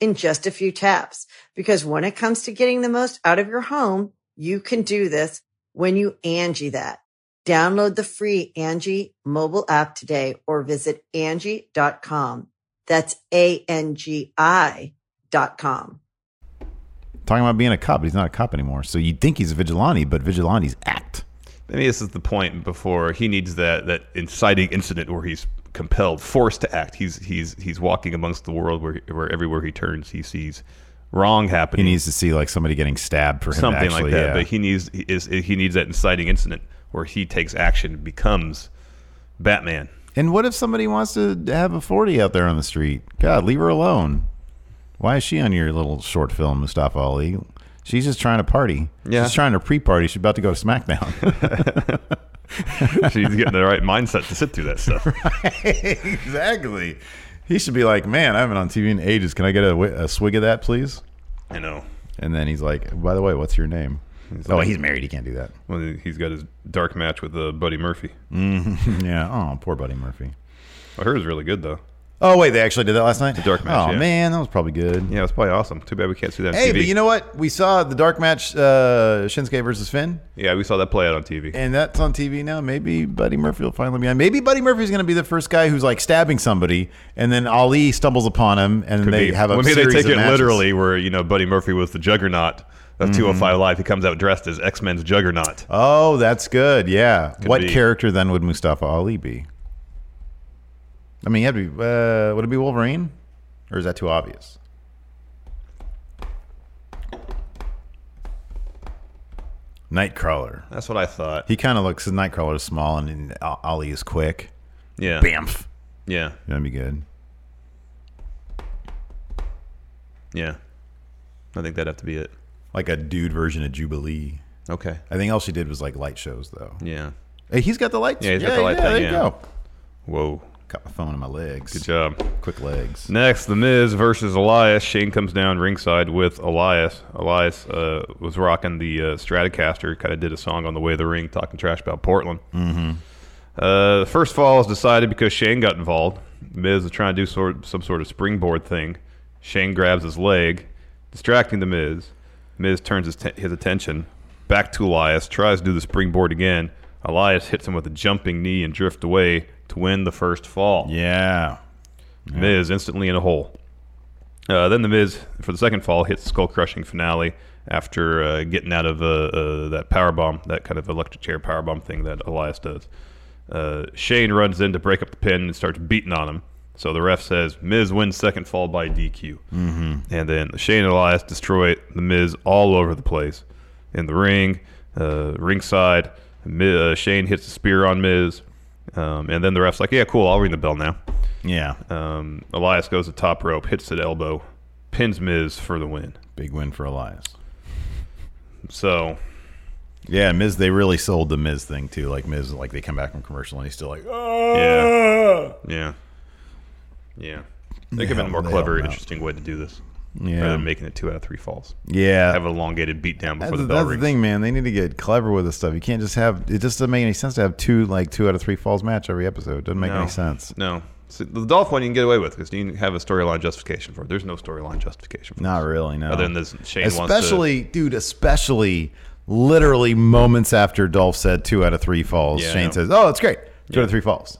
Speaker 3: in just a few taps. Because when it comes to getting the most out of your home, you can do this when you Angie that. Download the free Angie mobile app today or visit Angie.com. That's A-N-G-I dot com.
Speaker 1: Talking about being a cop, but he's not a cop anymore. So you'd think he's a vigilante, but vigilantes act.
Speaker 2: Maybe this is the point before he needs that that inciting incident where he's compelled, forced to act. He's he's he's walking amongst the world where where everywhere he turns he sees wrong
Speaker 1: He
Speaker 2: happening,
Speaker 1: needs to see like somebody getting stabbed for him. to
Speaker 2: something
Speaker 1: actually,
Speaker 2: like that.
Speaker 1: yeah.
Speaker 2: But he needs he is he needs that inciting incident where he takes action, becomes Batman.
Speaker 1: and what if somebody wants to have a forty out there on the street? God, leave her alone. Why is she on your little short film, Mustafa Ali? She's just trying to party.
Speaker 2: Yeah.
Speaker 1: She's trying to pre-party. She's about to go to SmackDown.
Speaker 2: so he's getting the right mindset to sit through that stuff.
Speaker 1: exactly. He should be like, man, I haven't been on TV in ages. Can I get a, wi- a swig of that, please?
Speaker 2: I know.
Speaker 1: And then he's like, by the way, what's your name? oh, he's married. He can't do that.
Speaker 2: Well, he's got his dark match with uh, Buddy Murphy.
Speaker 1: yeah. Oh, poor Buddy Murphy.
Speaker 2: I heard it was really good though.
Speaker 1: Oh, wait, they actually did that last night? The
Speaker 2: dark match,
Speaker 1: Oh,
Speaker 2: yeah.
Speaker 1: man, that was probably good.
Speaker 2: Yeah, it's probably awesome. Too bad we can't see that. On
Speaker 1: Hey,
Speaker 2: TV.
Speaker 1: but you know what? We saw the dark match, uh, Shinsuke versus Finn,
Speaker 2: yeah, we saw that play out on TV.
Speaker 1: and that's on TV now. Maybe Buddy Murphy will finally be on. Maybe Buddy Murphy's going to be the first guy who's like stabbing somebody, and then Ali stumbles upon him, and then
Speaker 2: Could
Speaker 1: they
Speaker 2: be.
Speaker 1: have a
Speaker 2: Well, maybe
Speaker 1: series
Speaker 2: they
Speaker 1: of
Speaker 2: take it
Speaker 1: matches.
Speaker 2: literally where you know Buddy Murphy was the Juggernaut of
Speaker 1: Mm-hmm.
Speaker 2: 205 Live. He comes out dressed as X Men's Juggernaut.
Speaker 1: Oh, that's good. Yeah. what
Speaker 2: be.
Speaker 1: character then would Mustafa Ali be? I mean, you have to be, uh, would it be Wolverine? Or is that too obvious? Nightcrawler.
Speaker 2: That's what I thought.
Speaker 1: He kind of looks, Nightcrawler is small and, and Al- Ali is quick.
Speaker 2: Yeah,
Speaker 1: Bamf.
Speaker 2: yeah,
Speaker 1: That'd be good.
Speaker 2: yeah. I think that'd have to be it.
Speaker 1: Like a dude version of Jubilee.
Speaker 2: Okay.
Speaker 1: I think all she did was like light shows, though.
Speaker 2: Yeah.
Speaker 1: Hey, he's got the lights.
Speaker 2: Yeah, he's got the light
Speaker 1: there
Speaker 2: thing,
Speaker 1: you
Speaker 2: yeah.
Speaker 1: go.
Speaker 2: Whoa.
Speaker 1: Got my phone in my legs.
Speaker 2: Good job.
Speaker 1: Quick legs.
Speaker 2: Next, The Miz versus Elias. Shane comes down ringside with Elias. Elias uh, was rocking the uh, Stratocaster, kind of did a song on the way to the ring, talking trash about Portland. Mm-hmm. Uh, the first fall is decided because Shane got involved. Miz is trying to do sort some sort of springboard thing. Shane grabs his leg, distracting the Miz. Miz turns his, te- his attention back to Elias, tries to do the springboard again. Elias hits him with a jumping knee and drift away to win the first fall.
Speaker 1: Yeah.
Speaker 2: Miz instantly in a hole. Uh, then the Miz for the second fall hits skull crushing finale after uh, getting out of uh, uh, that power bomb, that kind of electric chair power bomb thing that Elias does. Uh, Shane runs in to break up the pin and starts beating on him. So the ref says Miz wins second fall by DQ,
Speaker 4: Mhm.
Speaker 2: and then Shane and Elias destroy the Miz all over the place, in the ring, uh, ringside. Miz, uh, Shane hits a spear on Miz, um, and then the ref's like, "Yeah, cool, I'll ring the bell now."
Speaker 1: Yeah.
Speaker 2: Um, Elias goes to top rope, hits the elbow, pins Miz for the win.
Speaker 1: Big win for Elias.
Speaker 2: So
Speaker 1: Yeah, Miz. They really sold the Miz thing too. Like Miz, like they come back from commercial and he's still like, "Oh."
Speaker 2: yeah, yeah, yeah. They could have been
Speaker 1: Yeah,
Speaker 2: a more
Speaker 1: they
Speaker 2: clever,
Speaker 1: all know.
Speaker 2: interesting way to do this.
Speaker 1: Yeah.
Speaker 2: rather than making it two out of three falls.
Speaker 1: Yeah.
Speaker 2: have an elongated beatdown before
Speaker 1: That's,
Speaker 2: the bell
Speaker 1: that's the
Speaker 2: rings.
Speaker 1: thing, man. They need to get clever with this stuff. You can't just have it. Just doesn't make any sense to have two like two out of three falls match every episode. doesn't make
Speaker 2: no,
Speaker 1: any sense.
Speaker 2: No, See, the Dolph one you can get away with because you can have a storyline justification for it. There's no storyline justification. for
Speaker 1: Not really. No.
Speaker 2: Other than this, Shane wants to-
Speaker 1: especially, dude. Especially, literally moments after Dolph said two out of three falls,
Speaker 2: Yeah, I know.
Speaker 1: Shane says, "Oh, it's great. Two out of three falls."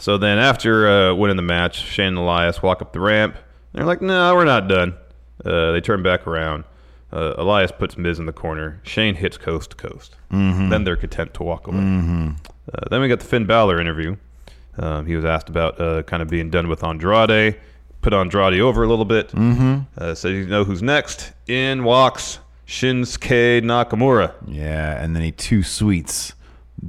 Speaker 2: So then, after uh, winning the match, Shane and Elias walk up the ramp. They're like, "No, we're not done." Uh, they turn back around. Uh, Elias puts Miz in the corner. Shane hits coast to coast.
Speaker 1: Mhm.
Speaker 2: Then they're content to walk away.
Speaker 1: Mhm.
Speaker 2: Uh, then we got the Finn Balor interview. Um, he was asked about uh, kind of being done with Andrade. Put Andrade over a little bit.
Speaker 1: Mhm.
Speaker 2: Uh, so you know who's next. In walks Shinsuke Nakamura.
Speaker 1: Yeah, and then he two sweets,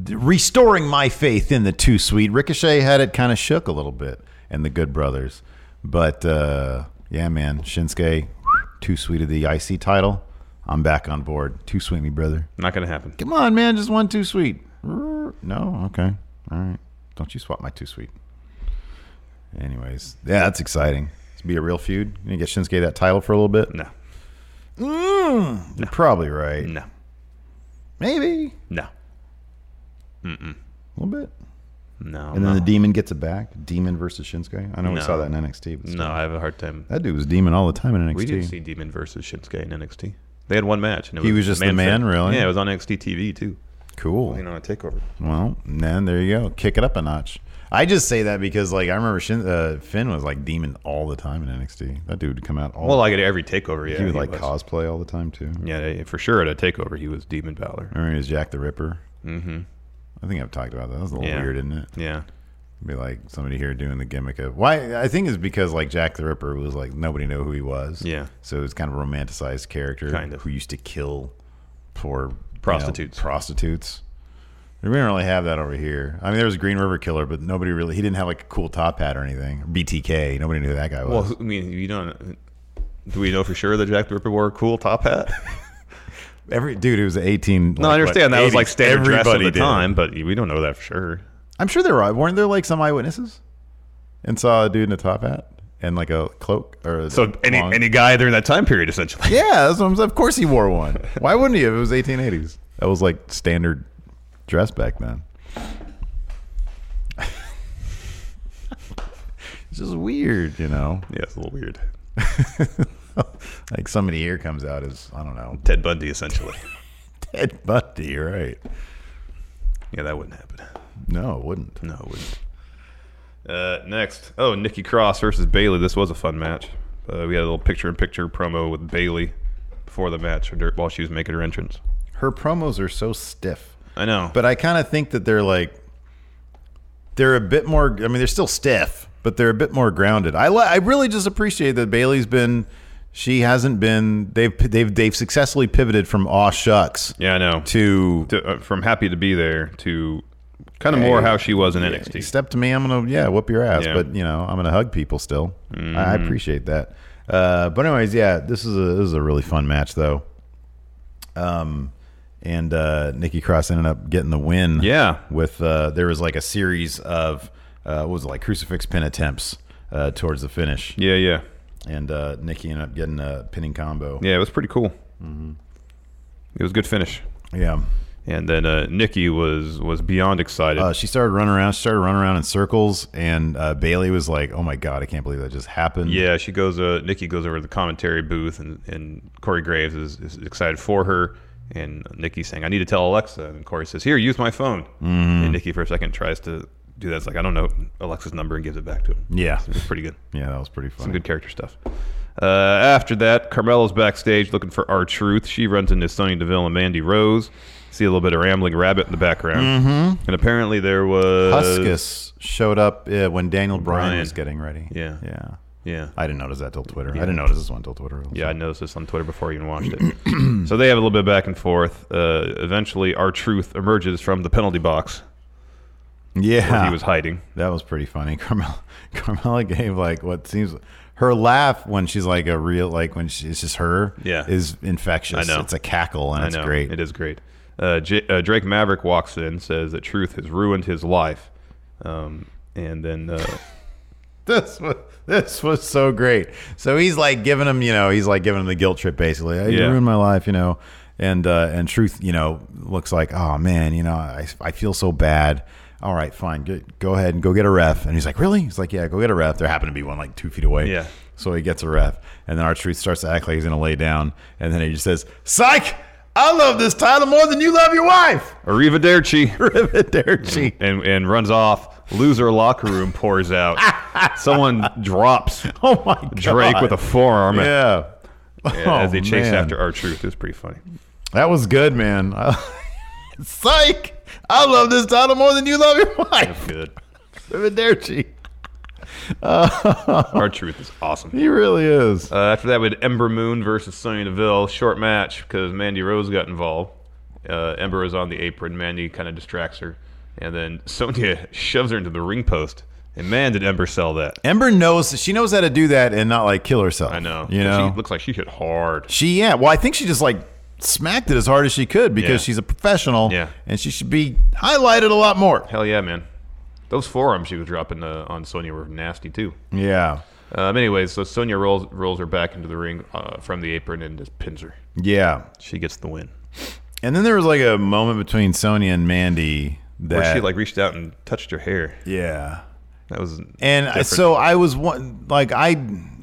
Speaker 1: D- restoring my faith in the two sweet. Ricochet had it kind of shook a little bit, and the Good Brothers, but uh, yeah, man, Shinsuke, two sweet of the IC title. I'm back on board. Too sweet, me brother.
Speaker 2: Not gonna happen.
Speaker 1: Come on, man, just one too sweet. No, okay, all right. Don't you swap my two sweet. Anyways, yeah, that's exciting. It's be a real feud. You gonna get Shinsuke that title for a little bit?
Speaker 2: No.
Speaker 1: Mm, You're probably right.
Speaker 2: No.
Speaker 1: Maybe.
Speaker 2: No. Mm-mm.
Speaker 1: A little bit.
Speaker 2: No.
Speaker 1: and then
Speaker 2: no.
Speaker 1: the demon gets it back. Demon versus Shinsuke. I know we
Speaker 2: No.
Speaker 1: saw that in NXT. but
Speaker 2: No, I have a hard time.
Speaker 1: That dude was demon all the time in NXT.
Speaker 2: We did see Demon versus Shinsuke in NXT. They had one match. And it
Speaker 1: He was just the man, really?
Speaker 2: Yeah, it was on NXT TV too.
Speaker 1: Cool.
Speaker 2: You know, a takeover.
Speaker 1: Well, then there you go. Kick it up a notch. I just say that because like I remember Shin, uh, Finn was like demon all the time in NXT. That dude would come out all.
Speaker 2: Well, like at every takeover, yeah,
Speaker 1: He would
Speaker 2: he
Speaker 1: like
Speaker 2: was.
Speaker 1: cosplay all the time too.
Speaker 2: Yeah, they- for sure at a takeover he was Demon Valor.
Speaker 1: Remember he was Jack the Ripper.
Speaker 2: Mm-hmm.
Speaker 1: I think I've talked about that. That was a little
Speaker 2: Yeah.
Speaker 1: weird, isn't it?
Speaker 2: Yeah.
Speaker 1: Be like somebody here doing the gimmick of why I think it's because like Jack the Ripper was like nobody knew who he was.
Speaker 2: Yeah.
Speaker 1: So it's kind of a romanticized character
Speaker 2: Kind of.
Speaker 1: who used to kill poor you know,
Speaker 2: Prostitutes.
Speaker 1: prostitutes. We didn't really have that over here. I mean, there was a Green River Killer, but nobody really. He didn't have like a cool top hat or anything. BTK. Nobody knew who that guy was.
Speaker 2: Well, who- I mean, you don't. Do we know for sure that Jack the Ripper wore a cool top hat?
Speaker 1: Every dude, it was eighteen.
Speaker 2: no,
Speaker 1: like,
Speaker 2: I
Speaker 1: what,
Speaker 2: understand that was like
Speaker 1: 80s.
Speaker 2: standard dress at the
Speaker 1: did.
Speaker 2: time, but we don't know that for sure.
Speaker 1: I'm sure there were. Weren't there like some eyewitnesses and saw a dude in a top hat and like a cloak or a
Speaker 2: So any
Speaker 1: long-
Speaker 2: any guy during that time period, essentially.
Speaker 1: Yeah, that's what I'm saying. Of course he wore one. Why wouldn't he? If it was 1880s, that was like standard dress back then. it's just weird, you know.
Speaker 2: Yeah, it's a little weird.
Speaker 1: like somebody here comes out as I don't know
Speaker 2: Ted Bundy, essentially.
Speaker 1: Ted Bundy, you're right?
Speaker 2: Yeah, that wouldn't happen.
Speaker 1: No, it wouldn't.
Speaker 2: No, it wouldn't. Uh, next, oh, Nikki Cross versus Bailey. This was a fun match. Uh, we had a little picture-in-picture promo with Bailey before the match, or dur- while she was making her entrance.
Speaker 1: Her promos are so stiff.
Speaker 2: I know.
Speaker 1: But I kind of think that they're like they're a bit more. I mean, they're still stiff, but they're a bit more grounded. I li- I really just appreciate that Bailey's been. She hasn't been. They've they've they've successfully pivoted from aw shucks.
Speaker 2: Yeah, I know.
Speaker 1: To,
Speaker 2: uh, from happy to be there to kind of more how she was in NXT.
Speaker 1: Step to me, I'm gonna yeah whoop your ass,
Speaker 2: Yeah.
Speaker 1: but you know I'm gonna hug people still. I I
Speaker 2: Mhm.
Speaker 1: appreciate that. Uh, but anyways, yeah, this is a this is a really fun match though. Um, and uh, Nikki Cross ended up getting the win. Yeah, with uh, there was like a series of uh, what was it like crucifix pin attempts uh, towards the finish.
Speaker 2: Yeah, yeah.
Speaker 1: And uh, Nikki ended up getting a pinning combo. Mm-hmm.
Speaker 2: Yeah, it was pretty cool. It was a good finish.
Speaker 1: Yeah.
Speaker 2: And then uh, Nikki was was beyond excited.
Speaker 1: Uh, she started running around. She started running around in circles, and uh, Bailey was like, "Oh my god, I can't believe that just happened."
Speaker 2: Yeah, she goes. Uh, Nikki goes over to the commentary booth, and, and Corey Graves is, is excited for her. And Nikki's saying, "I need to tell Alexa." And Corey says, "Here, use my phone."
Speaker 1: Mhm.
Speaker 2: And Nikki, for a second, tries to do that. It's like I don't know Alexa's number and gives it back to him.
Speaker 1: Yeah.
Speaker 2: it's pretty good.
Speaker 1: Yeah, that was pretty funny.
Speaker 2: Some good character stuff. Uh, after that, Carmella's backstage looking for our truth. She runs into Sonny Deville and Mandy Rose. See a little bit of rambling rabbit in the background,
Speaker 1: Mhm.
Speaker 2: and apparently there was
Speaker 1: Huskus showed up uh, when Daniel Bryan,
Speaker 2: Bryan.
Speaker 1: was getting ready.
Speaker 2: Yeah.
Speaker 1: yeah,
Speaker 2: Yeah.
Speaker 1: I didn't notice that till Twitter.
Speaker 2: Yeah.
Speaker 1: I didn't notice this one till Twitter.
Speaker 2: Yeah, I noticed this on Twitter before I even watched it. so they have a little bit of back and forth. Uh, eventually, our truth emerges from the penalty box.
Speaker 1: Yeah,
Speaker 2: where he was hiding.
Speaker 1: That was pretty funny. Carmella, Carmella gave like what seems her laugh when she's like a real like when she, it's just her.
Speaker 2: Yeah.
Speaker 1: is infectious.
Speaker 2: I know.
Speaker 1: it's a cackle and
Speaker 2: I
Speaker 1: it's
Speaker 2: know.
Speaker 1: great.
Speaker 2: It is great. Uh, J- uh, Drake Maverick walks in, says that truth has ruined his life, um, and then uh,
Speaker 1: this was this was so great. So he's like giving him, you know, he's like giving him the guilt trip basically. Hey, You
Speaker 2: Yeah.
Speaker 1: ruined my life, you know. And uh, and truth, you know, looks like, oh man, you know, I, I feel so bad. All right, fine, get, go ahead and go get a ref. And he's like, really? He's like, yeah, go get a ref. There happened to be one like two feet away.
Speaker 2: Yeah.
Speaker 1: So he gets a ref, and then our truth starts to act like he's gonna lay down, and then he just says, "Psych, I love this title more than you love your wife."
Speaker 2: Arrivederci.
Speaker 1: Arrivederci.
Speaker 2: And, and runs off. Loser locker room pours out. Someone drops
Speaker 1: oh my
Speaker 2: Drake
Speaker 1: God.
Speaker 2: with a forearm.
Speaker 1: Yeah.
Speaker 2: as they
Speaker 1: Oh,
Speaker 2: chase
Speaker 1: man.
Speaker 2: after our truth. It was pretty funny.
Speaker 1: That was good, man. Psych! I love this title more than you love your wife.
Speaker 2: Good.
Speaker 1: Arrivederci. Uh,
Speaker 2: Our truth is awesome.
Speaker 1: he really is.
Speaker 2: Uh, after that, we had Ember Moon versus Sonya Deville. Short match because Mandy Rose got involved. Uh, Ember is on the apron. Mandy kind of distracts her. And then Sonya shoves her into the ring post. And man, did Ember sell that.
Speaker 1: Ember knows she knows how to do that and not like kill herself.
Speaker 2: I know.
Speaker 1: You know.
Speaker 2: She looks like she hit hard.
Speaker 1: She yeah. Well, I think she just like smacked it as hard as she could because
Speaker 2: Yeah.
Speaker 1: she's a professional.
Speaker 2: Yeah.
Speaker 1: And she should be highlighted a lot more.
Speaker 2: Hell yeah, man. Those forearms she was dropping uh, on Sonya were nasty, too.
Speaker 1: Yeah.
Speaker 2: Um, anyways, so Sonya rolls, rolls her back into the ring uh, from the apron and just pins her.
Speaker 1: Yeah.
Speaker 2: She gets the win.
Speaker 1: And then there was like a moment between Sonya and Mandy that
Speaker 2: Where she like reached out and touched her hair.
Speaker 1: yeah.
Speaker 2: That was
Speaker 1: And I-
Speaker 2: different.
Speaker 1: so I was one like I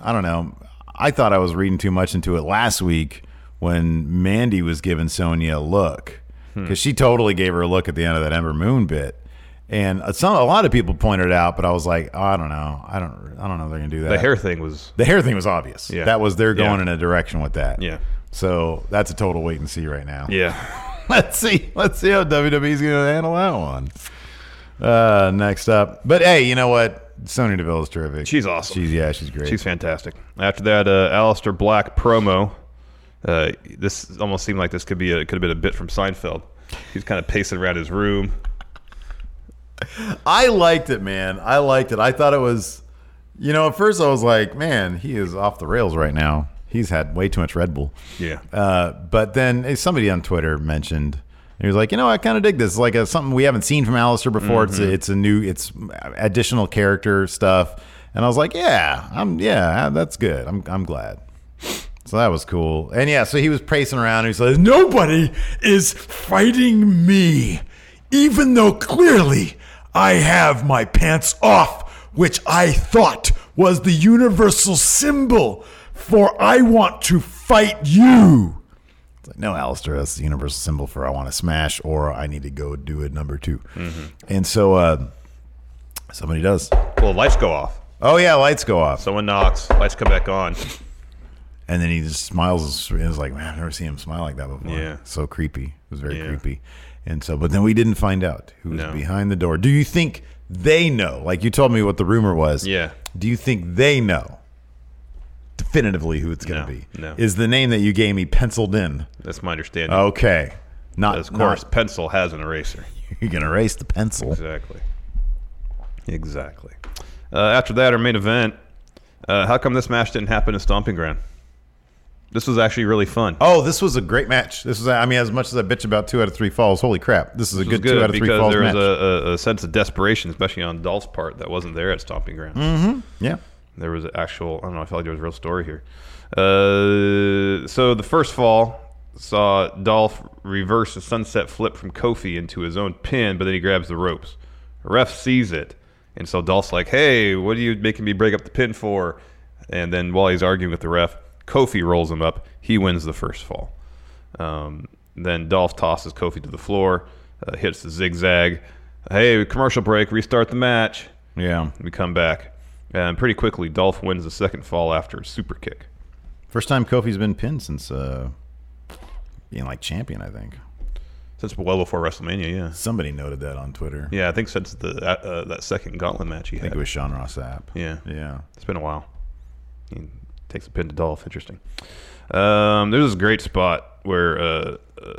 Speaker 1: I don't know. I thought I was reading too much into it last week when Mandy was giving Sonya a look
Speaker 2: Hmm.
Speaker 1: because she totally gave her a look at the end of that Ember Moon bit. And some a lot of people pointed it out, but I was like, oh, I don't know, I don't, I don't know if they're gonna do that.
Speaker 2: the hair thing was
Speaker 1: the hair thing was obvious.
Speaker 2: Yeah.
Speaker 1: that was they're
Speaker 2: Yeah.
Speaker 1: going in a direction with that.
Speaker 2: Yeah.
Speaker 1: So that's a total wait and see right now.
Speaker 2: yeah.
Speaker 1: Let's see. Let's see how WWE's going to handle that one. Uh, next up, but hey, you know what? Sonya Deville is terrific.
Speaker 2: She's awesome.
Speaker 1: She's yeah, she's great.
Speaker 2: She's fantastic. After that, uh, Alistair Black promo. Uh, this almost seemed like this could be a could have been a bit from Seinfeld. He's kind of pacing around his room.
Speaker 1: I liked it, man. I liked it. I thought it was, you know, at first I was like, man, he is off the rails right now. He's had way too much Red Bull.
Speaker 2: Yeah.
Speaker 1: Uh, but then eh, somebody on Twitter mentioned he was like, you know, I kind of dig this. It's like a, something we haven't seen from Alistair before. It's
Speaker 2: Mm-hmm.
Speaker 1: a, it's a new, it's additional character stuff. And I was like, yeah, I'm yeah, that's good. I'm I'm glad. So that was cool. And yeah, so he was pacing around. And he says, nobody is fighting me, even though clearly I have my pants off, which I thought was the universal symbol for I want to fight you. It's like, no, Alistair, that's the universal symbol for I want to smash or I need to go do it number 2 And so uh, somebody does.
Speaker 2: Well, lights go off.
Speaker 1: Oh, yeah, lights go off.
Speaker 2: Someone knocks. Lights come back on.
Speaker 1: And then he just smiles. and is like, man, I've never seen him smile like that before.
Speaker 2: Yeah.
Speaker 1: So creepy. It was very
Speaker 2: Yeah.
Speaker 1: creepy. And so, but then we didn't find out who was
Speaker 2: No.
Speaker 1: behind the door. Do you think they know? Like you told me what the rumor was.
Speaker 2: Yeah.
Speaker 1: Do you think they know definitively who it's going
Speaker 2: No,
Speaker 1: to be?
Speaker 2: no.
Speaker 1: Is the name that you gave me penciled in?
Speaker 2: That's my understanding.
Speaker 1: Okay. Not,
Speaker 2: of course,
Speaker 1: not-
Speaker 2: pencil has an eraser.
Speaker 1: you're going to erase the pencil.
Speaker 2: Exactly. Exactly. Uh, after that, our main event. Uh, how come this match didn't happen at Stomping Ground? This was actually really fun.
Speaker 1: Oh, this was a great match. This was, I mean, as much as I bitch about two out of three falls, holy crap. This is a
Speaker 2: Which
Speaker 1: good,
Speaker 2: was
Speaker 1: two out of three
Speaker 2: because
Speaker 1: falls
Speaker 2: there was
Speaker 1: match.
Speaker 2: a, a, a sense of desperation, especially on Dolph's part, that wasn't there at Stomping Ground.
Speaker 1: yeah.
Speaker 2: There was an actual, I don't know, I felt like there was a real story here. Uh, so the first fall, saw Dolph reverse a sunset flip from Kofi into his own pin, but then he grabs the ropes. Ref sees it, and so Dolph's like, "Hey, what are you making me break up the pin for?" And then while he's arguing with the ref, Kofi rolls him up. He wins the first fall. Um, then Dolph tosses Kofi to the floor, uh, hits the zigzag. Hey, commercial break, restart the match.
Speaker 1: Yeah.
Speaker 2: We come back. And pretty quickly, Dolph wins the second fall after a super kick.
Speaker 1: First time Kofi's been pinned since uh, being like champion, I think.
Speaker 2: Since well before WrestleMania, yeah.
Speaker 1: Somebody noted that on Twitter.
Speaker 2: Yeah, I think since the uh, uh, that second gauntlet match he
Speaker 1: I think
Speaker 2: had.
Speaker 1: it was Sean Ross App.
Speaker 2: Yeah.
Speaker 1: Yeah.
Speaker 2: It's been a while. He takes a pin to Dolph. Interesting. Um, there's this great spot where uh, uh,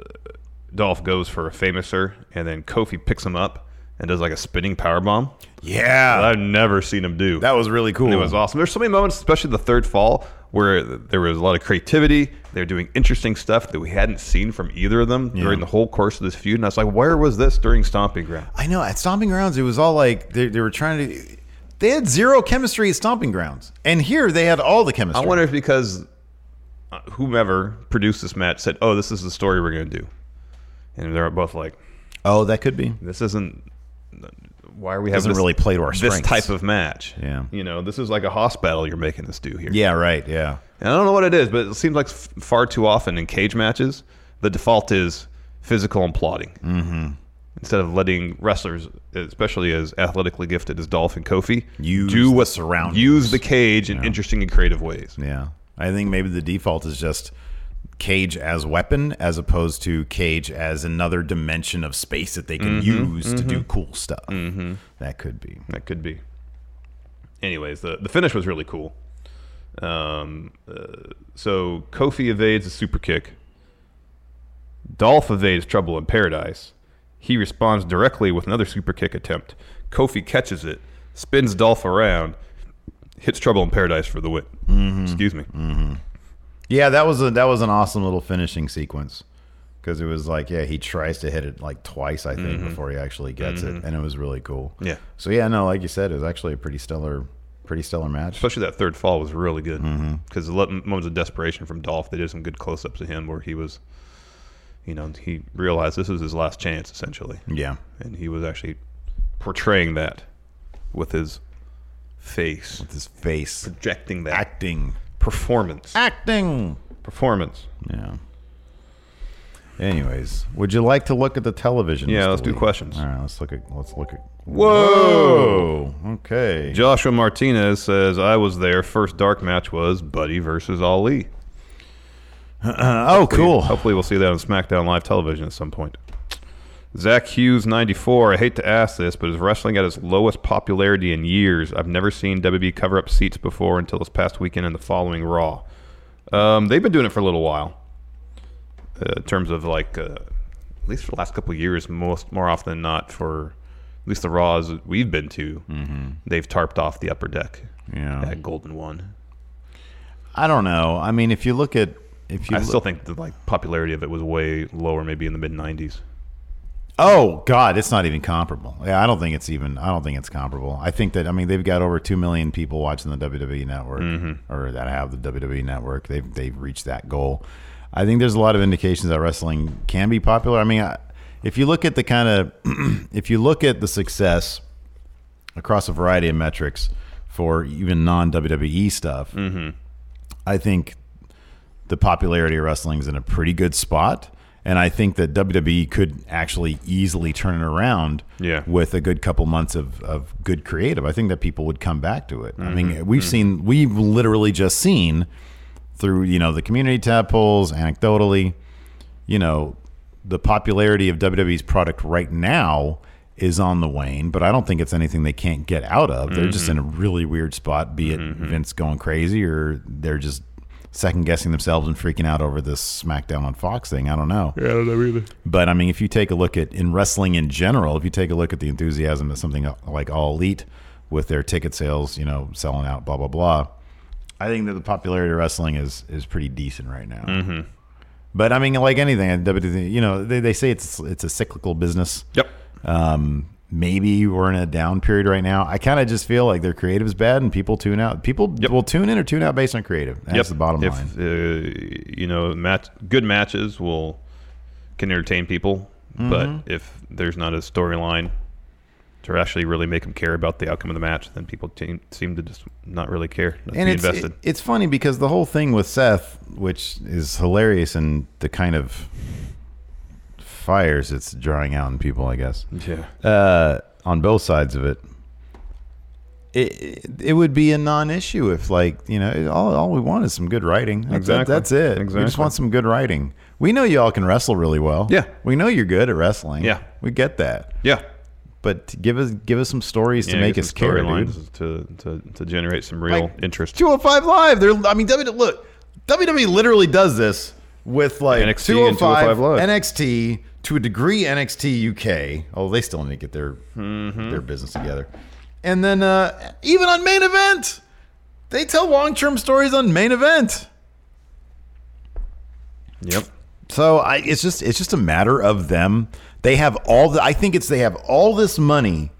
Speaker 2: Dolph goes for a famouser, and then Kofi picks him up and does like a spinning power bomb.
Speaker 1: Yeah.
Speaker 2: that I've never seen him do.
Speaker 1: That was really cool.
Speaker 2: And it was awesome. There's so many moments, especially the third fall, where there was a lot of creativity. They're doing interesting stuff that we hadn't seen from either of them during the whole course of this feud. And I was like, where was this during Stomping Ground?
Speaker 1: I know at Stomping Grounds it was all like they, they were trying to. They had zero chemistry at Stomping Grounds, and here they had all the chemistry.
Speaker 2: I wonder if because uh, whomever produced this match said, "Oh, this is the story we're going to do," and they're both like,
Speaker 1: oh, that could be.
Speaker 2: "This isn't. Why are we having
Speaker 1: Doesn't
Speaker 2: this,
Speaker 1: really play to our
Speaker 2: this
Speaker 1: strengths.
Speaker 2: type of match?
Speaker 1: Yeah.
Speaker 2: you know, this is like a hoss battle you're making us do here.
Speaker 1: Yeah. Right. Yeah.
Speaker 2: And I don't know what it is, but it seems like f- far too often in cage matches, the default is physical and plotting. Mm-hmm. Instead of letting wrestlers, especially as athletically gifted as Dolph and Kofi,
Speaker 1: Use
Speaker 2: do
Speaker 1: the
Speaker 2: what
Speaker 1: surroundings.
Speaker 2: use the cage in interesting and creative ways.
Speaker 1: Yeah. I think maybe the default is just cage as weapon as opposed to cage as another dimension of space that they can use to do cool stuff. Mm-hmm. That could be.
Speaker 2: That could be. Anyways, the, the finish was really cool. Um, uh, so Kofi evades a super kick. Dolph evades trouble in paradise. He responds directly with another super kick attempt. Kofi catches it, spins Dolph around, hits trouble in paradise for the win. Excuse me.
Speaker 1: Yeah, that was a that was an awesome little finishing sequence because it was like yeah he tries to hit it like twice I think before he actually gets it and it was really cool.
Speaker 2: Yeah.
Speaker 1: So yeah, no, like you said, it was actually a pretty stellar, pretty stellar match.
Speaker 2: Especially that third fall was really good because the moments of desperation from Dolph, they did some good close ups of him where he was, you know, he realized this was his last chance essentially.
Speaker 1: Yeah.
Speaker 2: and he was actually portraying that with his face,
Speaker 1: With his face
Speaker 2: projecting that
Speaker 1: acting,
Speaker 2: performance,
Speaker 1: acting.
Speaker 2: performance.
Speaker 1: Yeah. Anyways, would you like to look at the television?
Speaker 2: Yeah,
Speaker 1: Mr.
Speaker 2: let's do
Speaker 1: Lee?
Speaker 2: questions. Oh.
Speaker 1: All right, let's look at. Let's look at.
Speaker 2: Whoa!
Speaker 1: Okay.
Speaker 2: Joshua Martinez says, "I was there. First dark match was Buddy versus Ali.
Speaker 1: oh, cool.
Speaker 2: Hopefully, we'll see that on SmackDown Live television at some point." Zach Hughes, 94. I hate to ask this, but is wrestling at its lowest popularity in years? I've never seen WWE cover up seats before until this past weekend and the following Raw. Um, they've been doing it for a little while. uh, in terms of like uh, at least for the last couple of years, most more often than not for at least the Raws we've been to, they've tarped off the upper deck
Speaker 1: Mm-hmm. Yeah.
Speaker 2: at Golden One.
Speaker 1: I don't know. I mean, if you look at, if you
Speaker 2: I
Speaker 1: look,
Speaker 2: still think the like popularity of it was way lower, maybe in the mid '90s.
Speaker 1: Oh God, it's not even comparable. Yeah, I don't think it's even. I don't think it's comparable. I think that I mean they've got over two million people watching the WWE network,
Speaker 2: Mm-hmm.
Speaker 1: or that have the WWE network. They've they've reached that goal. I think there's a lot of indications that wrestling can be popular. I mean, I, if you look at the kind of, if you look at the success across a variety of metrics for even non WWE stuff, I think the popularity of wrestling is in a pretty good spot. And I think that WWE could actually easily turn it around
Speaker 2: Yeah.
Speaker 1: with a good couple months of, of good creative. I think that people would come back to it. I mean, we've seen, we've literally just seen through, you know, the community tab polls, anecdotally, you know, the popularity of WWE's product right now is on the wane, but I don't think it's anything they can't get out of. They're just in a really weird spot, be it Vince going crazy or they're just second guessing themselves and freaking out over this SmackDown on Fox thing. I don't know. Yeah, I don't know either. But I mean, if you take a look at in wrestling in general, if you take a look at the enthusiasm of something like All Elite with their ticket sales, you know, selling out, blah, blah, blah. I think that the popularity of wrestling is is pretty decent right now. But I mean, like anything, WWE, you know, they, they say it's it's a cyclical business.
Speaker 2: Yep.
Speaker 1: Um, maybe we're in a down period right now. I kind of just feel like their creative is bad and people tune out. People will tune in or tune out based on creative. That's the bottom
Speaker 2: if,
Speaker 1: line.
Speaker 2: Uh, you know, match good matches will can entertain people,
Speaker 1: Mhm.
Speaker 2: but if there's not a storyline to actually really make them care about the outcome of the match, then people te- seem to just not really care, not
Speaker 1: and
Speaker 2: be
Speaker 1: it's,
Speaker 2: invested.
Speaker 1: it- it's funny because the whole thing with Seth, which is hilarious and the kind of fires it's drawing out in people, I guess.
Speaker 2: Yeah.
Speaker 1: Uh, on both sides of it. It, it would be a non-issue if like you know all, all we want is some good writing that's
Speaker 2: Exactly.
Speaker 1: it, that's it we just
Speaker 2: Exactly.
Speaker 1: want some good writing we know y'all can wrestle really well
Speaker 2: Yeah.
Speaker 1: we know you're good at wrestling
Speaker 2: Yeah.
Speaker 1: we get that
Speaker 2: yeah,
Speaker 1: but give us give us some stories to
Speaker 2: Yeah,
Speaker 1: make
Speaker 2: get
Speaker 1: us
Speaker 2: some
Speaker 1: care dude.
Speaker 2: storylines to, to to generate some real
Speaker 1: Like,
Speaker 2: interest.
Speaker 1: 205 Live. They're I mean, WWE, look, WWE literally does this with like
Speaker 2: NXT
Speaker 1: 205,
Speaker 2: and 205 Live.
Speaker 1: NXT to a degree NXT UK. Oh, they still need to get their their business together. And then uh, even on main event, they tell long term stories on main event.
Speaker 2: Yep.
Speaker 1: So I, it's just it's just a matter of them. They have all the. I think it's they have all this money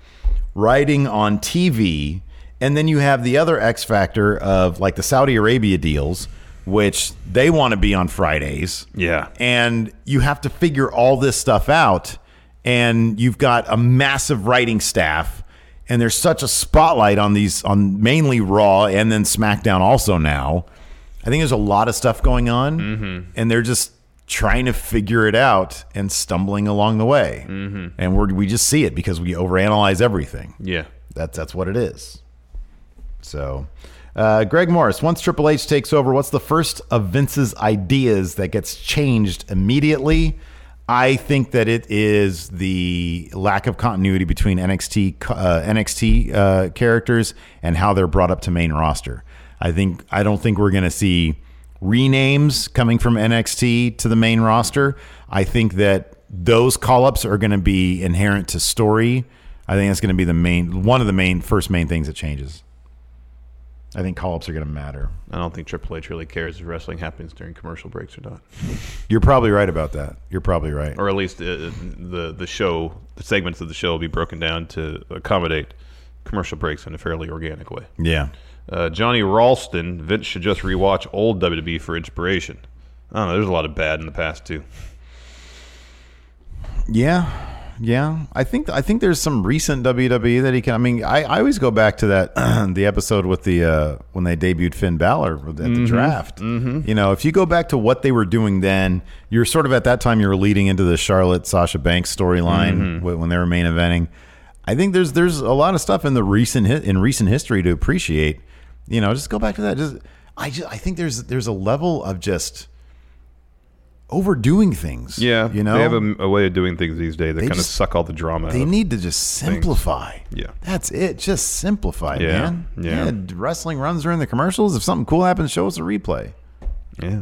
Speaker 1: riding on TV, and then you have the other X factor of like the Saudi Arabia deals, which they want to be on Fridays.
Speaker 2: Yeah.
Speaker 1: and you have to figure all this stuff out, and you've got a massive writing staff. And there's such a spotlight on these, on mainly Raw and then SmackDown also now. I think there's a lot of stuff going on, and they're just trying to figure it out and stumbling along the way. Mm-hmm. And we're, we just see it because we overanalyze everything.
Speaker 2: Yeah.
Speaker 1: That's that's what it is. So, uh, Greg Morris, once Triple H takes over, what's the first of Vince's ideas that gets changed immediately? I think that it is the lack of continuity between NXT co- uh, NXT uh, characters and how they're brought up to main roster. I think I don't think we're going to see renames coming from NXT to the main roster. I think that those call ups are going to be inherent to story. I think that's going to be the main one of the main first main things that changes. I think call ups are going to matter.
Speaker 2: I don't think Triple H really cares if wrestling happens during commercial breaks or not,
Speaker 1: You're probably right about that. You're probably right.
Speaker 2: or at least uh, the the show, the segments of the show will be broken down to accommodate commercial breaks in a fairly organic way.
Speaker 1: Yeah.
Speaker 2: Uh, Johnny Ralston, Vince should just rewatch old WWE for inspiration. I don't know. There's a lot of bad in the past too.
Speaker 1: Yeah. Yeah. I think I think there's some recent WWE that he can I mean, I, I always go back to that the episode with the uh when they debuted Finn Balor at the
Speaker 2: Mm-hmm.
Speaker 1: draft. You know, if you go back to what they were doing then, you're sort of at that time you were leading into the Charlotte Sasha Banks
Speaker 2: Mm-hmm.
Speaker 1: storyline wh- when they were main eventing. I think there's there's a lot of stuff in the recent hi- in recent history to appreciate. You know, just go back to that. Just I just I think there's there's a level of just overdoing things.
Speaker 2: Yeah,
Speaker 1: you know
Speaker 2: they have a, a way of doing things these days that
Speaker 1: They
Speaker 2: kind of
Speaker 1: just-
Speaker 2: suck all the drama.
Speaker 1: they
Speaker 2: out.
Speaker 1: need to just simplify.
Speaker 2: Yeah.
Speaker 1: That's it. Just simplify,
Speaker 2: Yeah.
Speaker 1: man.
Speaker 2: Yeah.
Speaker 1: Wrestling runs during the commercials. If something cool happens, show us a replay.
Speaker 2: yeah,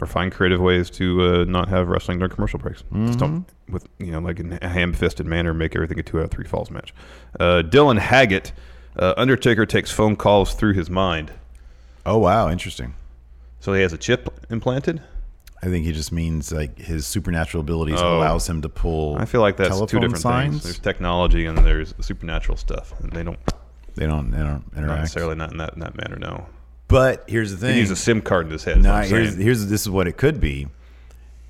Speaker 2: or find creative ways to uh, not have wrestling during commercial breaks. Just don't
Speaker 1: Mm-hmm.
Speaker 2: with you know like in a ham-fisted manner make everything a two out of three falls match. Uh, Dylan Haggett, uh, Undertaker takes phone calls through his mind,
Speaker 1: Oh wow, interesting.
Speaker 2: so he has a chip implanted.
Speaker 1: I think he just means like his supernatural abilities
Speaker 2: Oh.
Speaker 1: allows him to pull.
Speaker 2: I feel like that's two
Speaker 1: telephone
Speaker 2: different
Speaker 1: signs.
Speaker 2: things. There's technology and there's supernatural stuff, and they don't
Speaker 1: They don't. They don't
Speaker 2: not
Speaker 1: interact.
Speaker 2: necessarily not in that, in that manner. No,
Speaker 1: But here's the
Speaker 2: he
Speaker 1: thing.
Speaker 2: needs a SIM card in his head. is
Speaker 1: Nah,
Speaker 2: what I'm saying.
Speaker 1: here's here's this is what it could be.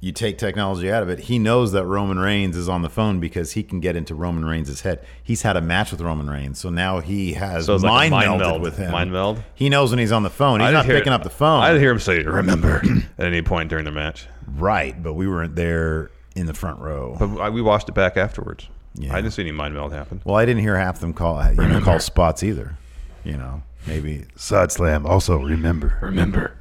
Speaker 1: you take technology out of it, he knows that Roman Reigns is on the phone because he can get into Roman Reigns' head. He's had a match with Roman Reigns, so now he has
Speaker 2: So it's like a
Speaker 1: mind,
Speaker 2: mind
Speaker 1: melded
Speaker 2: meld.
Speaker 1: with him.
Speaker 2: Mind meld?
Speaker 1: He knows when he's on the phone.
Speaker 2: I
Speaker 1: He's
Speaker 2: didn't
Speaker 1: not
Speaker 2: hear-
Speaker 1: picking up the phone.
Speaker 2: I didn't hear him say "remember" at any point during the match.
Speaker 1: Right, but we weren't there in the front row.
Speaker 2: But I- we watched it back afterwards. Yeah. I didn't see any mind meld happen.
Speaker 1: Well, I didn't hear half them call you know, call spots either. You know, maybe side slam. Also, remember, remember.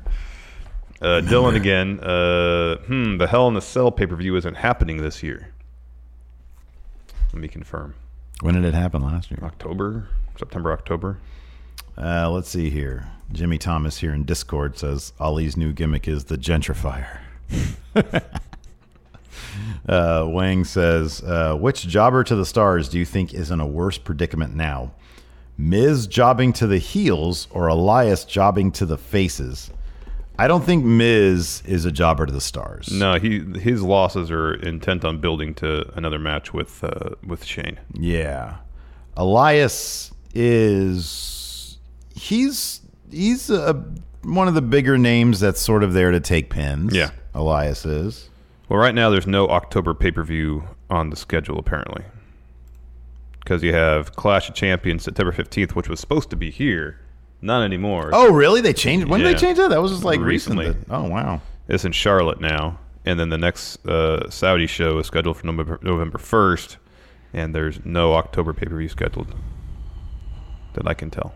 Speaker 2: Uh, Dylan again. Uh, hmm, the Hell in a Cell pay per view isn't happening this year. Let me confirm.
Speaker 1: When did it happen last year?
Speaker 2: October, September, October.
Speaker 1: Uh, let's see here. Jimmy Thomas here in Discord says Ali's new gimmick is the gentrifier. uh, Wang says, uh, which jobber to the stars do you think is in a worse predicament now? Miz jobbing to the heels or Elias jobbing to the faces? I don't think Miz is a jobber to the stars.
Speaker 2: No, he his losses are intent on building to another match with uh, with Shane.
Speaker 1: Yeah. Elias is he's he's a, one of the bigger names that's sort of there to take pins.
Speaker 2: Yeah.
Speaker 1: Elias is.
Speaker 2: Well, right now there's no October pay per view on the schedule apparently, because you have Clash of Champions September 15th, which was supposed to be here, not anymore.
Speaker 1: Oh, really? They changed when did
Speaker 2: Yeah.
Speaker 1: they change that? That was just like recently.
Speaker 2: recently.
Speaker 1: oh wow.
Speaker 2: It's in Charlotte now, and then the next uh, Saudi show is scheduled for November November 1st, and there's no October pay per view scheduled that I can tell.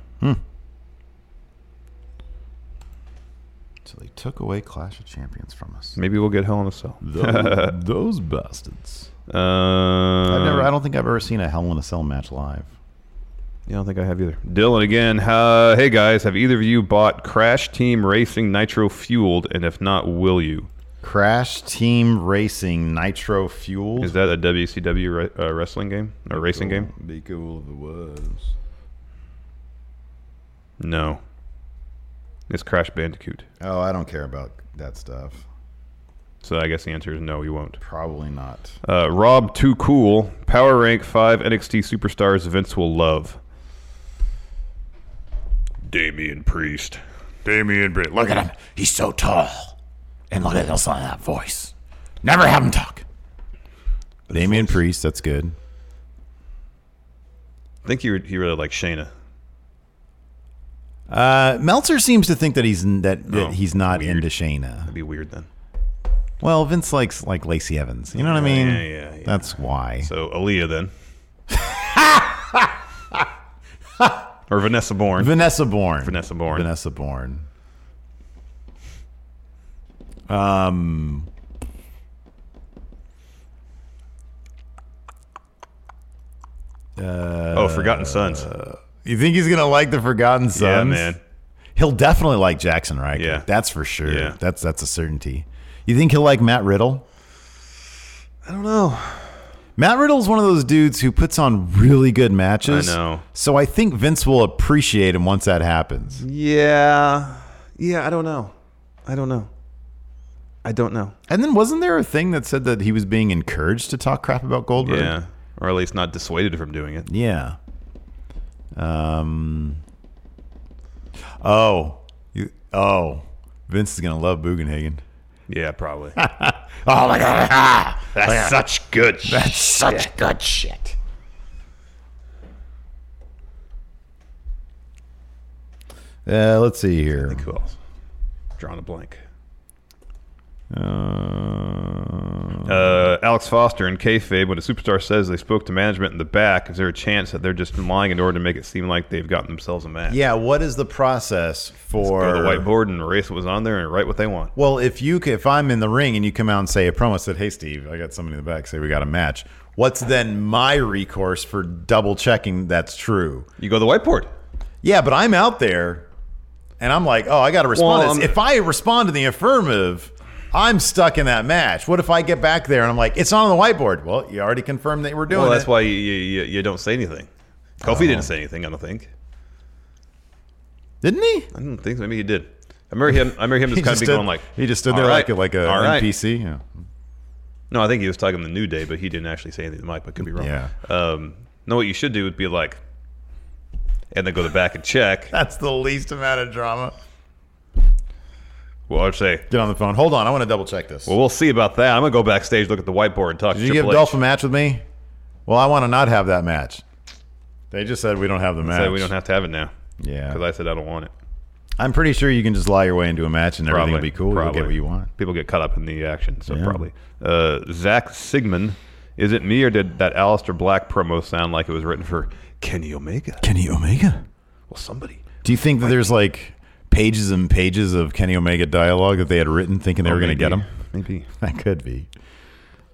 Speaker 1: So they took away Clash of Champions from us.
Speaker 2: Maybe we'll get Hell in a Cell.
Speaker 1: Those, those bastards.
Speaker 2: Uh,
Speaker 1: I've never I don't think I've ever seen a Hell in a Cell match live.
Speaker 2: Yeah, I don't think I have either. Dylan again. Uh, hey guys, have either of you bought Crash Team Racing Nitro Fueled? And if not, will you?
Speaker 1: Crash Team Racing Nitro Fueled.
Speaker 2: Is that a WCW re- uh, wrestling game or racing game?
Speaker 1: Be cool if it was.
Speaker 2: No. It's Crash Bandicoot.
Speaker 1: Oh, I don't care about that stuff.
Speaker 2: So I guess the answer is no, you won't.
Speaker 1: Probably not.
Speaker 2: Uh, Rob Too Cool. Power rank five NXT superstars Vince will love. Damian Priest. Damian Priest.
Speaker 5: Look at him. He's so tall. And look at this on that voice. Never have him talk.
Speaker 1: Damian Priest, that's good.
Speaker 2: I think you he really likes Shayna.
Speaker 1: Uh, Meltzer seems to think that he's that, that
Speaker 2: Oh,
Speaker 1: he's not into Shayna.
Speaker 2: That'd be weird then.
Speaker 1: Well, Vince likes like Lacey Evans. You know what I mean?
Speaker 2: Yeah, yeah, yeah.
Speaker 1: That's why.
Speaker 2: So Aaliyah then. or Vanessa Bourne.
Speaker 1: Vanessa Bourne.
Speaker 2: Vanessa Bourne.
Speaker 1: Vanessa Bourne. Um. Uh,
Speaker 2: oh, Forgotten Sons.
Speaker 1: You think he's gonna like the Forgotten uh, Sons?
Speaker 2: Yeah, man.
Speaker 1: He'll definitely like Jackson Riker.
Speaker 2: Yeah.
Speaker 1: that's for sure.
Speaker 2: Yeah.
Speaker 1: That's that's a certainty. You think he'll like Matt Riddle?
Speaker 2: I don't know.
Speaker 1: Matt Riddle's one of those dudes who puts on really good matches.
Speaker 2: I know.
Speaker 1: So I think Vince will appreciate him once that happens.
Speaker 2: Yeah. Yeah, I don't know. I don't know. I don't know.
Speaker 1: And then wasn't there a thing that said that he was being encouraged to talk crap about Goldberg?
Speaker 2: Yeah. Or at least not dissuaded from doing it.
Speaker 1: Yeah. Um. Oh. You, oh. Vince is gonna love Bugenhagen.
Speaker 2: Yeah, probably.
Speaker 1: Oh my god! Ah,
Speaker 5: That's
Speaker 1: yeah.
Speaker 5: such good
Speaker 1: That's
Speaker 5: shit.
Speaker 1: such good shit. Uh, let's see here.
Speaker 2: Who else? Drawing a blank.
Speaker 1: Uh,
Speaker 2: Uh, Alex Foster and kayfabe. When a superstar says they spoke to management in the back, is there a chance that they're just lying in order to make it seem like they've gotten themselves a match?
Speaker 1: yeah. What is the process for
Speaker 2: Go to the whiteboard and erase what was on there and write what they want.
Speaker 1: Well, if you if I'm in the ring and you come out and say a promo, I said, "Hey, Steve, I got somebody in the back. Say we got a match." What's then my recourse for double checking that's true?
Speaker 2: You go to the whiteboard.
Speaker 1: Yeah, but I'm out there, and I'm like, "Oh, I got to respond."
Speaker 2: Well, um,
Speaker 1: to this.
Speaker 2: I'm-
Speaker 1: if I respond to the affirmative, I'm stuck in that match. What if I get back there and I'm like, "It's not on the whiteboard." Well, you already confirmed that we're doing
Speaker 2: well, that's
Speaker 1: it.
Speaker 2: why you, you, you- you don't say anything. Kofi
Speaker 1: Oh.
Speaker 2: didn't say anything, I don't think.
Speaker 1: Didn't he?
Speaker 2: I don't think so. Maybe he did. I remember him. I remember him just
Speaker 1: He
Speaker 2: kind
Speaker 1: just
Speaker 2: of be
Speaker 1: stood-
Speaker 2: going like
Speaker 1: he just stood there
Speaker 2: "All
Speaker 1: like a- like a
Speaker 2: all
Speaker 1: NPC, yeah.
Speaker 2: No, I think he was talking to the New Day, but he didn't actually say anything to Mike. But could be wrong.
Speaker 1: Yeah.
Speaker 2: Um, no, what you should do would be like, and then go to the back and check.
Speaker 1: That's the least amount of drama.
Speaker 2: Well, I'd say
Speaker 1: get on the phone. Hold on, I want to double check this.
Speaker 2: Well, we'll see about that. I'm gonna go backstage, look at the whiteboard, and talk.
Speaker 1: Did
Speaker 2: to
Speaker 1: you give
Speaker 2: Triple H.
Speaker 1: Dolph a match with me? Well, I want to not have that match. They just said we don't have the
Speaker 2: They
Speaker 1: match.
Speaker 2: said we don't have to have it now.
Speaker 1: Yeah,
Speaker 2: because I said I don't want it.
Speaker 1: I'm pretty sure you can just lie your way into a match and everything will be cool. You'll get what you want.
Speaker 2: People get caught up in the action, so probably. Uh, Zach Sigmund, is it me or did that Alistair Black promo sound like it was written for Kenny Omega?
Speaker 1: Kenny Omega?
Speaker 2: Well, somebody.
Speaker 1: Do you think that there's like pages and pages of Kenny Omega dialogue that they had written thinking they
Speaker 2: Oh,
Speaker 1: were going to
Speaker 2: maybe.
Speaker 1: get him?
Speaker 2: Maybe.
Speaker 1: That could be.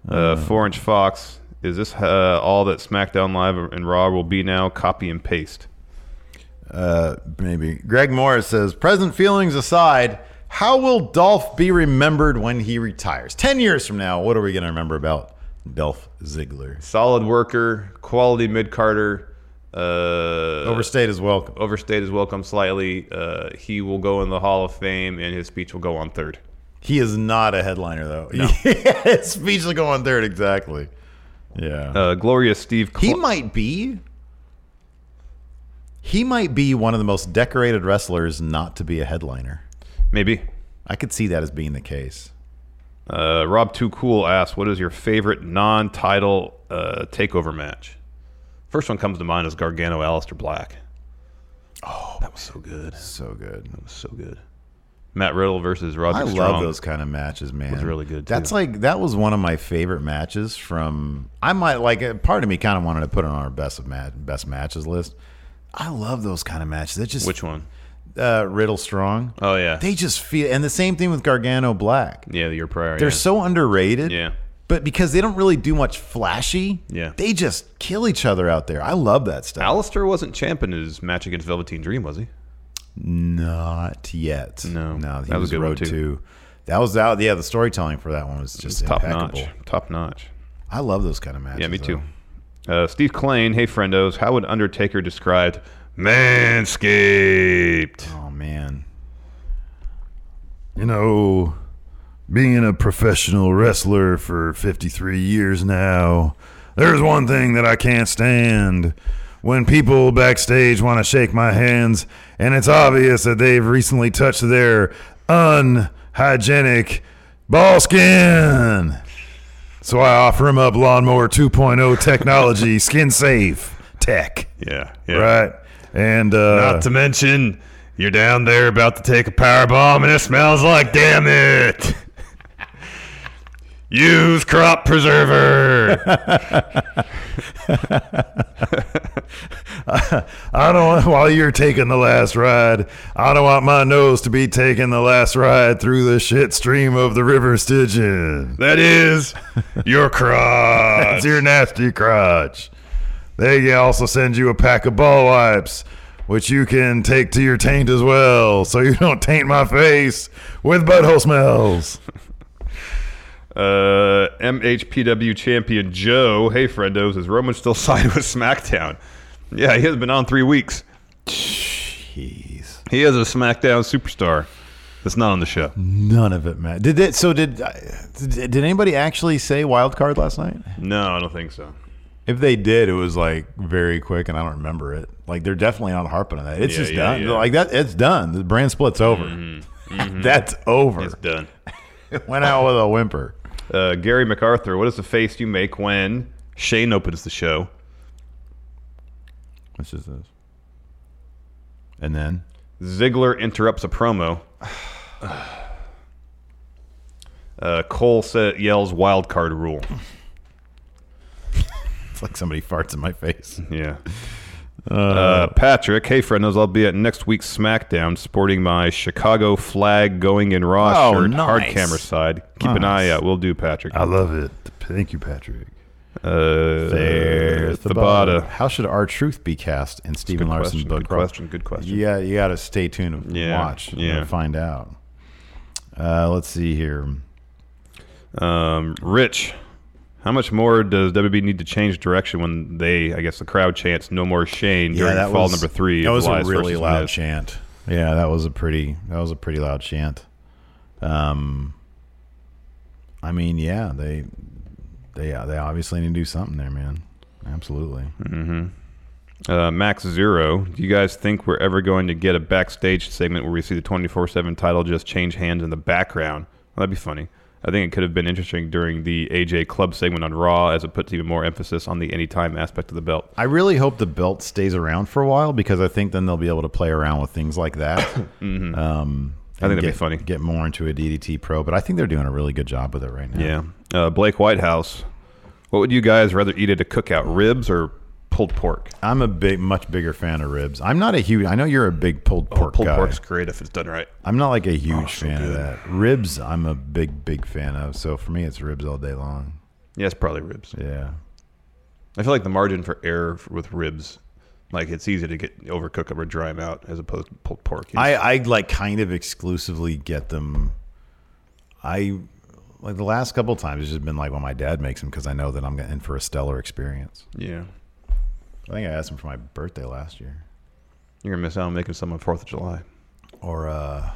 Speaker 2: Uh, Four Inch Fox, is this uh, all that SmackDown Live and Raw will be now? Copy and paste.
Speaker 1: Uh, maybe. Greg Morris says, present feelings aside, how will Dolph be remembered when he retires? 10 years from now, what are we going to remember about Dolph Ziggler?
Speaker 2: Solid worker, quality mid Carter. Uh,
Speaker 1: overstayed is welcome.
Speaker 2: Overstayed is welcome slightly. Uh, he will go in the Hall of Fame, and his speech will go on third.
Speaker 1: He is not a headliner, though. His speech will go on third, exactly. Yeah.
Speaker 2: Uh, Gloria Steve.
Speaker 1: he might be. He might be one of the most decorated wrestlers not to be a headliner.
Speaker 2: Maybe.
Speaker 1: I could see that as being the case.
Speaker 2: Uh, Rob Too Cool asks, "What is your favorite non-title uh, takeover match?" First one comes to mind is Gargano Alistair Black. Oh, that was so good.
Speaker 1: So good.
Speaker 2: That was so good. Matt Riddle versus Roderick
Speaker 1: I love
Speaker 2: Strong.
Speaker 1: those kind of matches, man.
Speaker 2: Was really good.
Speaker 1: That's like that was one of my favorite matches from. I might like. uh, Part of me kind of wanted to put it on our best of ma- best matches list. I love those kind of matches. That just
Speaker 2: Which one?
Speaker 1: Uh, Riddle Strong.
Speaker 2: Oh yeah,
Speaker 1: They just feel, and the same thing with Gargano Black.
Speaker 2: yeah, the year prior.
Speaker 1: They're
Speaker 2: yeah.
Speaker 1: so underrated.
Speaker 2: Yeah.
Speaker 1: But because they don't really do much flashy,
Speaker 2: Yeah.
Speaker 1: they just kill each other out there. I love that stuff.
Speaker 2: Alistair wasn't champ in his match against Velveteen Dream, was he?
Speaker 1: Not yet. No, no, he
Speaker 2: that
Speaker 1: was,
Speaker 2: was a good one,
Speaker 1: Road
Speaker 2: too.
Speaker 1: Two. That was out. Yeah, the storytelling for that one was just
Speaker 2: top
Speaker 1: impeccable.
Speaker 2: notch. Top notch.
Speaker 1: I love those kind of matches.
Speaker 2: yeah, me
Speaker 1: though.
Speaker 2: too. Uh, Steve Klein, hey friendos, how would Undertaker describe Manscaped?
Speaker 1: Oh man,
Speaker 6: You know, being a professional wrestler for 53 years now, there's one thing that I can't stand. When people backstage want to shake my hands, and it's obvious that they've recently touched their unhygienic ball skin. So I offer them up Lawnmower 2.0 technology, skin safe tech.
Speaker 2: Yeah.
Speaker 6: Right. And uh,
Speaker 5: Not to mention, you're down there about to take a power bomb, and it smells like damn it. Use crop preserver.
Speaker 6: I don't. While you're taking the last ride, I don't want my nose to be taking the last ride through the shit stream of the River Stygian.
Speaker 5: That is your crotch.
Speaker 6: That's your nasty crotch. They also send you a pack of ball wipes, which you can take to your taint as well, so you don't taint my face with butthole smells.
Speaker 2: Uh, MHPW champion Joe, hey friendos, is Roman still signed with SmackDown? Yeah, he has been on three weeks. Jeez. He is a SmackDown superstar. That's not on the show.
Speaker 1: none of it mattered. Did it? So did, uh, did did anybody actually say wild card last night?
Speaker 2: No, I don't think so.
Speaker 1: If they did, it was like very quick, and I don't remember it. Like they're definitely not harping on that. It's
Speaker 2: Yeah,
Speaker 1: just
Speaker 2: yeah,
Speaker 1: done.
Speaker 2: yeah. Mm-hmm.
Speaker 1: Like that, it's done. The brand split's over. That's over. It's
Speaker 2: done.
Speaker 1: it went out with a whimper.
Speaker 2: Uh, Gary MacArthur, what is the face you make when Shane opens the show?
Speaker 1: What's just this? And then
Speaker 2: Ziggler interrupts a promo. Uh, Cole sa yells wild card rule.
Speaker 1: it's like somebody farts in my face.
Speaker 2: Yeah. Uh, Patrick, hey friendos, I'll be at next week's SmackDown sporting my Chicago flag going in raw
Speaker 6: Oh,
Speaker 2: shirt, hard
Speaker 6: nice.
Speaker 2: camera side. Keep an
Speaker 6: Nice.
Speaker 2: eye out. We'll do, Patrick.
Speaker 6: I love it. Thank you, Patrick.
Speaker 2: Uh,
Speaker 1: There's the
Speaker 2: Bada.
Speaker 1: bottom. How should our truth be cast in Stephen
Speaker 2: good
Speaker 1: Larson's
Speaker 2: question,
Speaker 1: book?
Speaker 2: good question, good question.
Speaker 1: Yeah, you got to stay tuned and
Speaker 2: Yeah,
Speaker 1: watch
Speaker 2: yeah.
Speaker 1: and find out. Uh, let's see here.
Speaker 2: Um, Rich, how much more does WB need to change direction when they, I guess, the crowd chants "No more Shane" during fall number three?
Speaker 1: That
Speaker 2: of
Speaker 1: was a
Speaker 2: Elias
Speaker 1: really
Speaker 2: versus
Speaker 1: loud
Speaker 2: Miz?
Speaker 1: chant. Yeah, that was a pretty that was a pretty loud chant. Um, I mean, yeah, they they they obviously need to do something there, man. Absolutely.
Speaker 2: Mm-hmm. Uh, Max Zero, do you guys think we're ever going to get a backstage segment where we see the 24 7 title just change hands in the background? Well, that'd be funny. I think it could have been interesting during the AJ Club segment on Raw as it puts even more emphasis on the anytime aspect of the belt.
Speaker 1: I really hope the belt stays around for a while because I think then they'll be able to play around with things like that. um,
Speaker 2: Mm-hmm. I think
Speaker 1: and
Speaker 2: that'd be
Speaker 1: get, funny. Get more into a DDT Pro, but I think they're doing a really good job with it right now.
Speaker 2: Yeah. Uh, Blake Whitehouse, what would you guys rather eat at a cookout, ribs or pulled pork?
Speaker 1: I'm a big, much bigger fan of ribs. I'm not a huge. I know you're a big pulled pork
Speaker 2: Oh, Pulled
Speaker 1: guy.
Speaker 2: pork's Oh, great if it's done right.
Speaker 1: I'm not like a huge fan of that. Ribs, I'm a big, big fan of. So for me, it's ribs all day long.
Speaker 2: Yeah, it's probably ribs.
Speaker 1: Yeah.
Speaker 2: I feel like the margin for error f- with ribs, like it's easy to get overcook them or dry them out as opposed to pulled pork.
Speaker 1: I, I like kind of exclusively get them. I like the last couple of times it's just been like when my dad makes them because I know that I'm in for a stellar experience.
Speaker 2: Yeah.
Speaker 1: I think I asked him for my birthday last year.
Speaker 2: You're gonna miss out on making some on Fourth of July.
Speaker 1: Or uh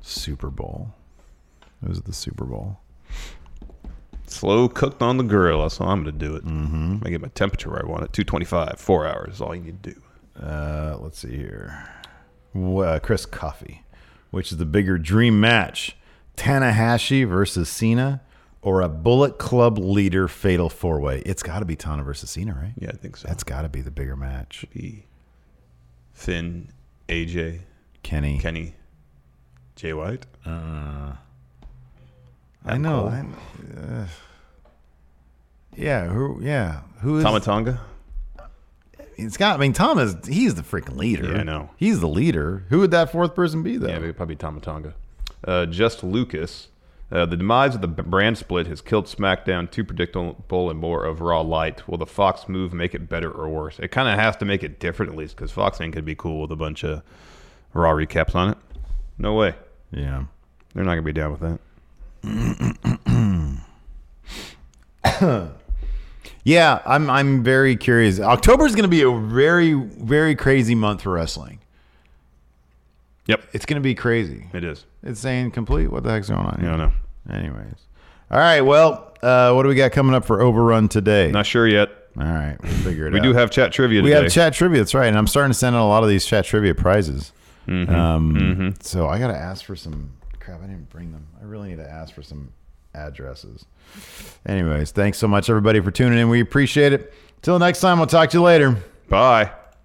Speaker 1: Super Bowl. It was at the Super Bowl.
Speaker 2: Slow cooked on the grill. That's how I'm gonna do it. Mm-hmm. I get my temperature where I want it. 225, four hours is all you need to do.
Speaker 1: Uh, let's see here. Wh- uh, Chris Coffey, which is the bigger dream match? Tanahashi versus Cena or a Bullet Club leader fatal four way? It's got to be Tana versus Cena, right?
Speaker 2: Yeah, I think so.
Speaker 1: That's got to be the bigger match.
Speaker 2: Finn, AJ,
Speaker 1: Kenny,
Speaker 2: Kenny, Jay White.
Speaker 1: Uh, I know. I know. Uh, yeah, who? Yeah, who is
Speaker 2: Tomatonga?
Speaker 1: It's got. I mean, Tom is. He's the freaking leader.
Speaker 2: Yeah, I know.
Speaker 1: He's the leader. Who would that fourth person be though?
Speaker 2: Yeah, it'd probably be Tomatonga. Uh, just Lucas. Uh, the demise of the b- brand split has killed SmackDown too predictable and more of Raw light. Will the Fox move make it better or worse? It kind of has to make it different at least because Fox ain't gonna be cool with a bunch of Raw recaps on it. No way.
Speaker 1: Yeah,
Speaker 2: they're not gonna be down with that.
Speaker 1: Yeah, I'm I'm very curious. October's going to be a very very crazy month for wrestling.
Speaker 2: Yep,
Speaker 1: it's going to be crazy.
Speaker 2: It is.
Speaker 1: It's saying complete. What the heck's going on? Here?
Speaker 2: Yeah, I know.
Speaker 1: Anyways, all right. Well, uh, what do we got coming up for Overrun today?
Speaker 2: Not sure yet.
Speaker 1: All right, we'll figure it
Speaker 2: We
Speaker 1: out.
Speaker 2: do have chat trivia.
Speaker 1: We
Speaker 2: today.
Speaker 1: have chat trivia. That's right, and I'm starting to send out a lot of these chat trivia prizes.
Speaker 2: Mhm.
Speaker 1: Um,
Speaker 2: Mhm.
Speaker 1: So I got to ask for some crap. I didn't bring them. I really need to ask for some addresses. Anyways, thanks so much everybody for tuning in. We appreciate it. Till next time, we'll talk to you later.
Speaker 2: Bye.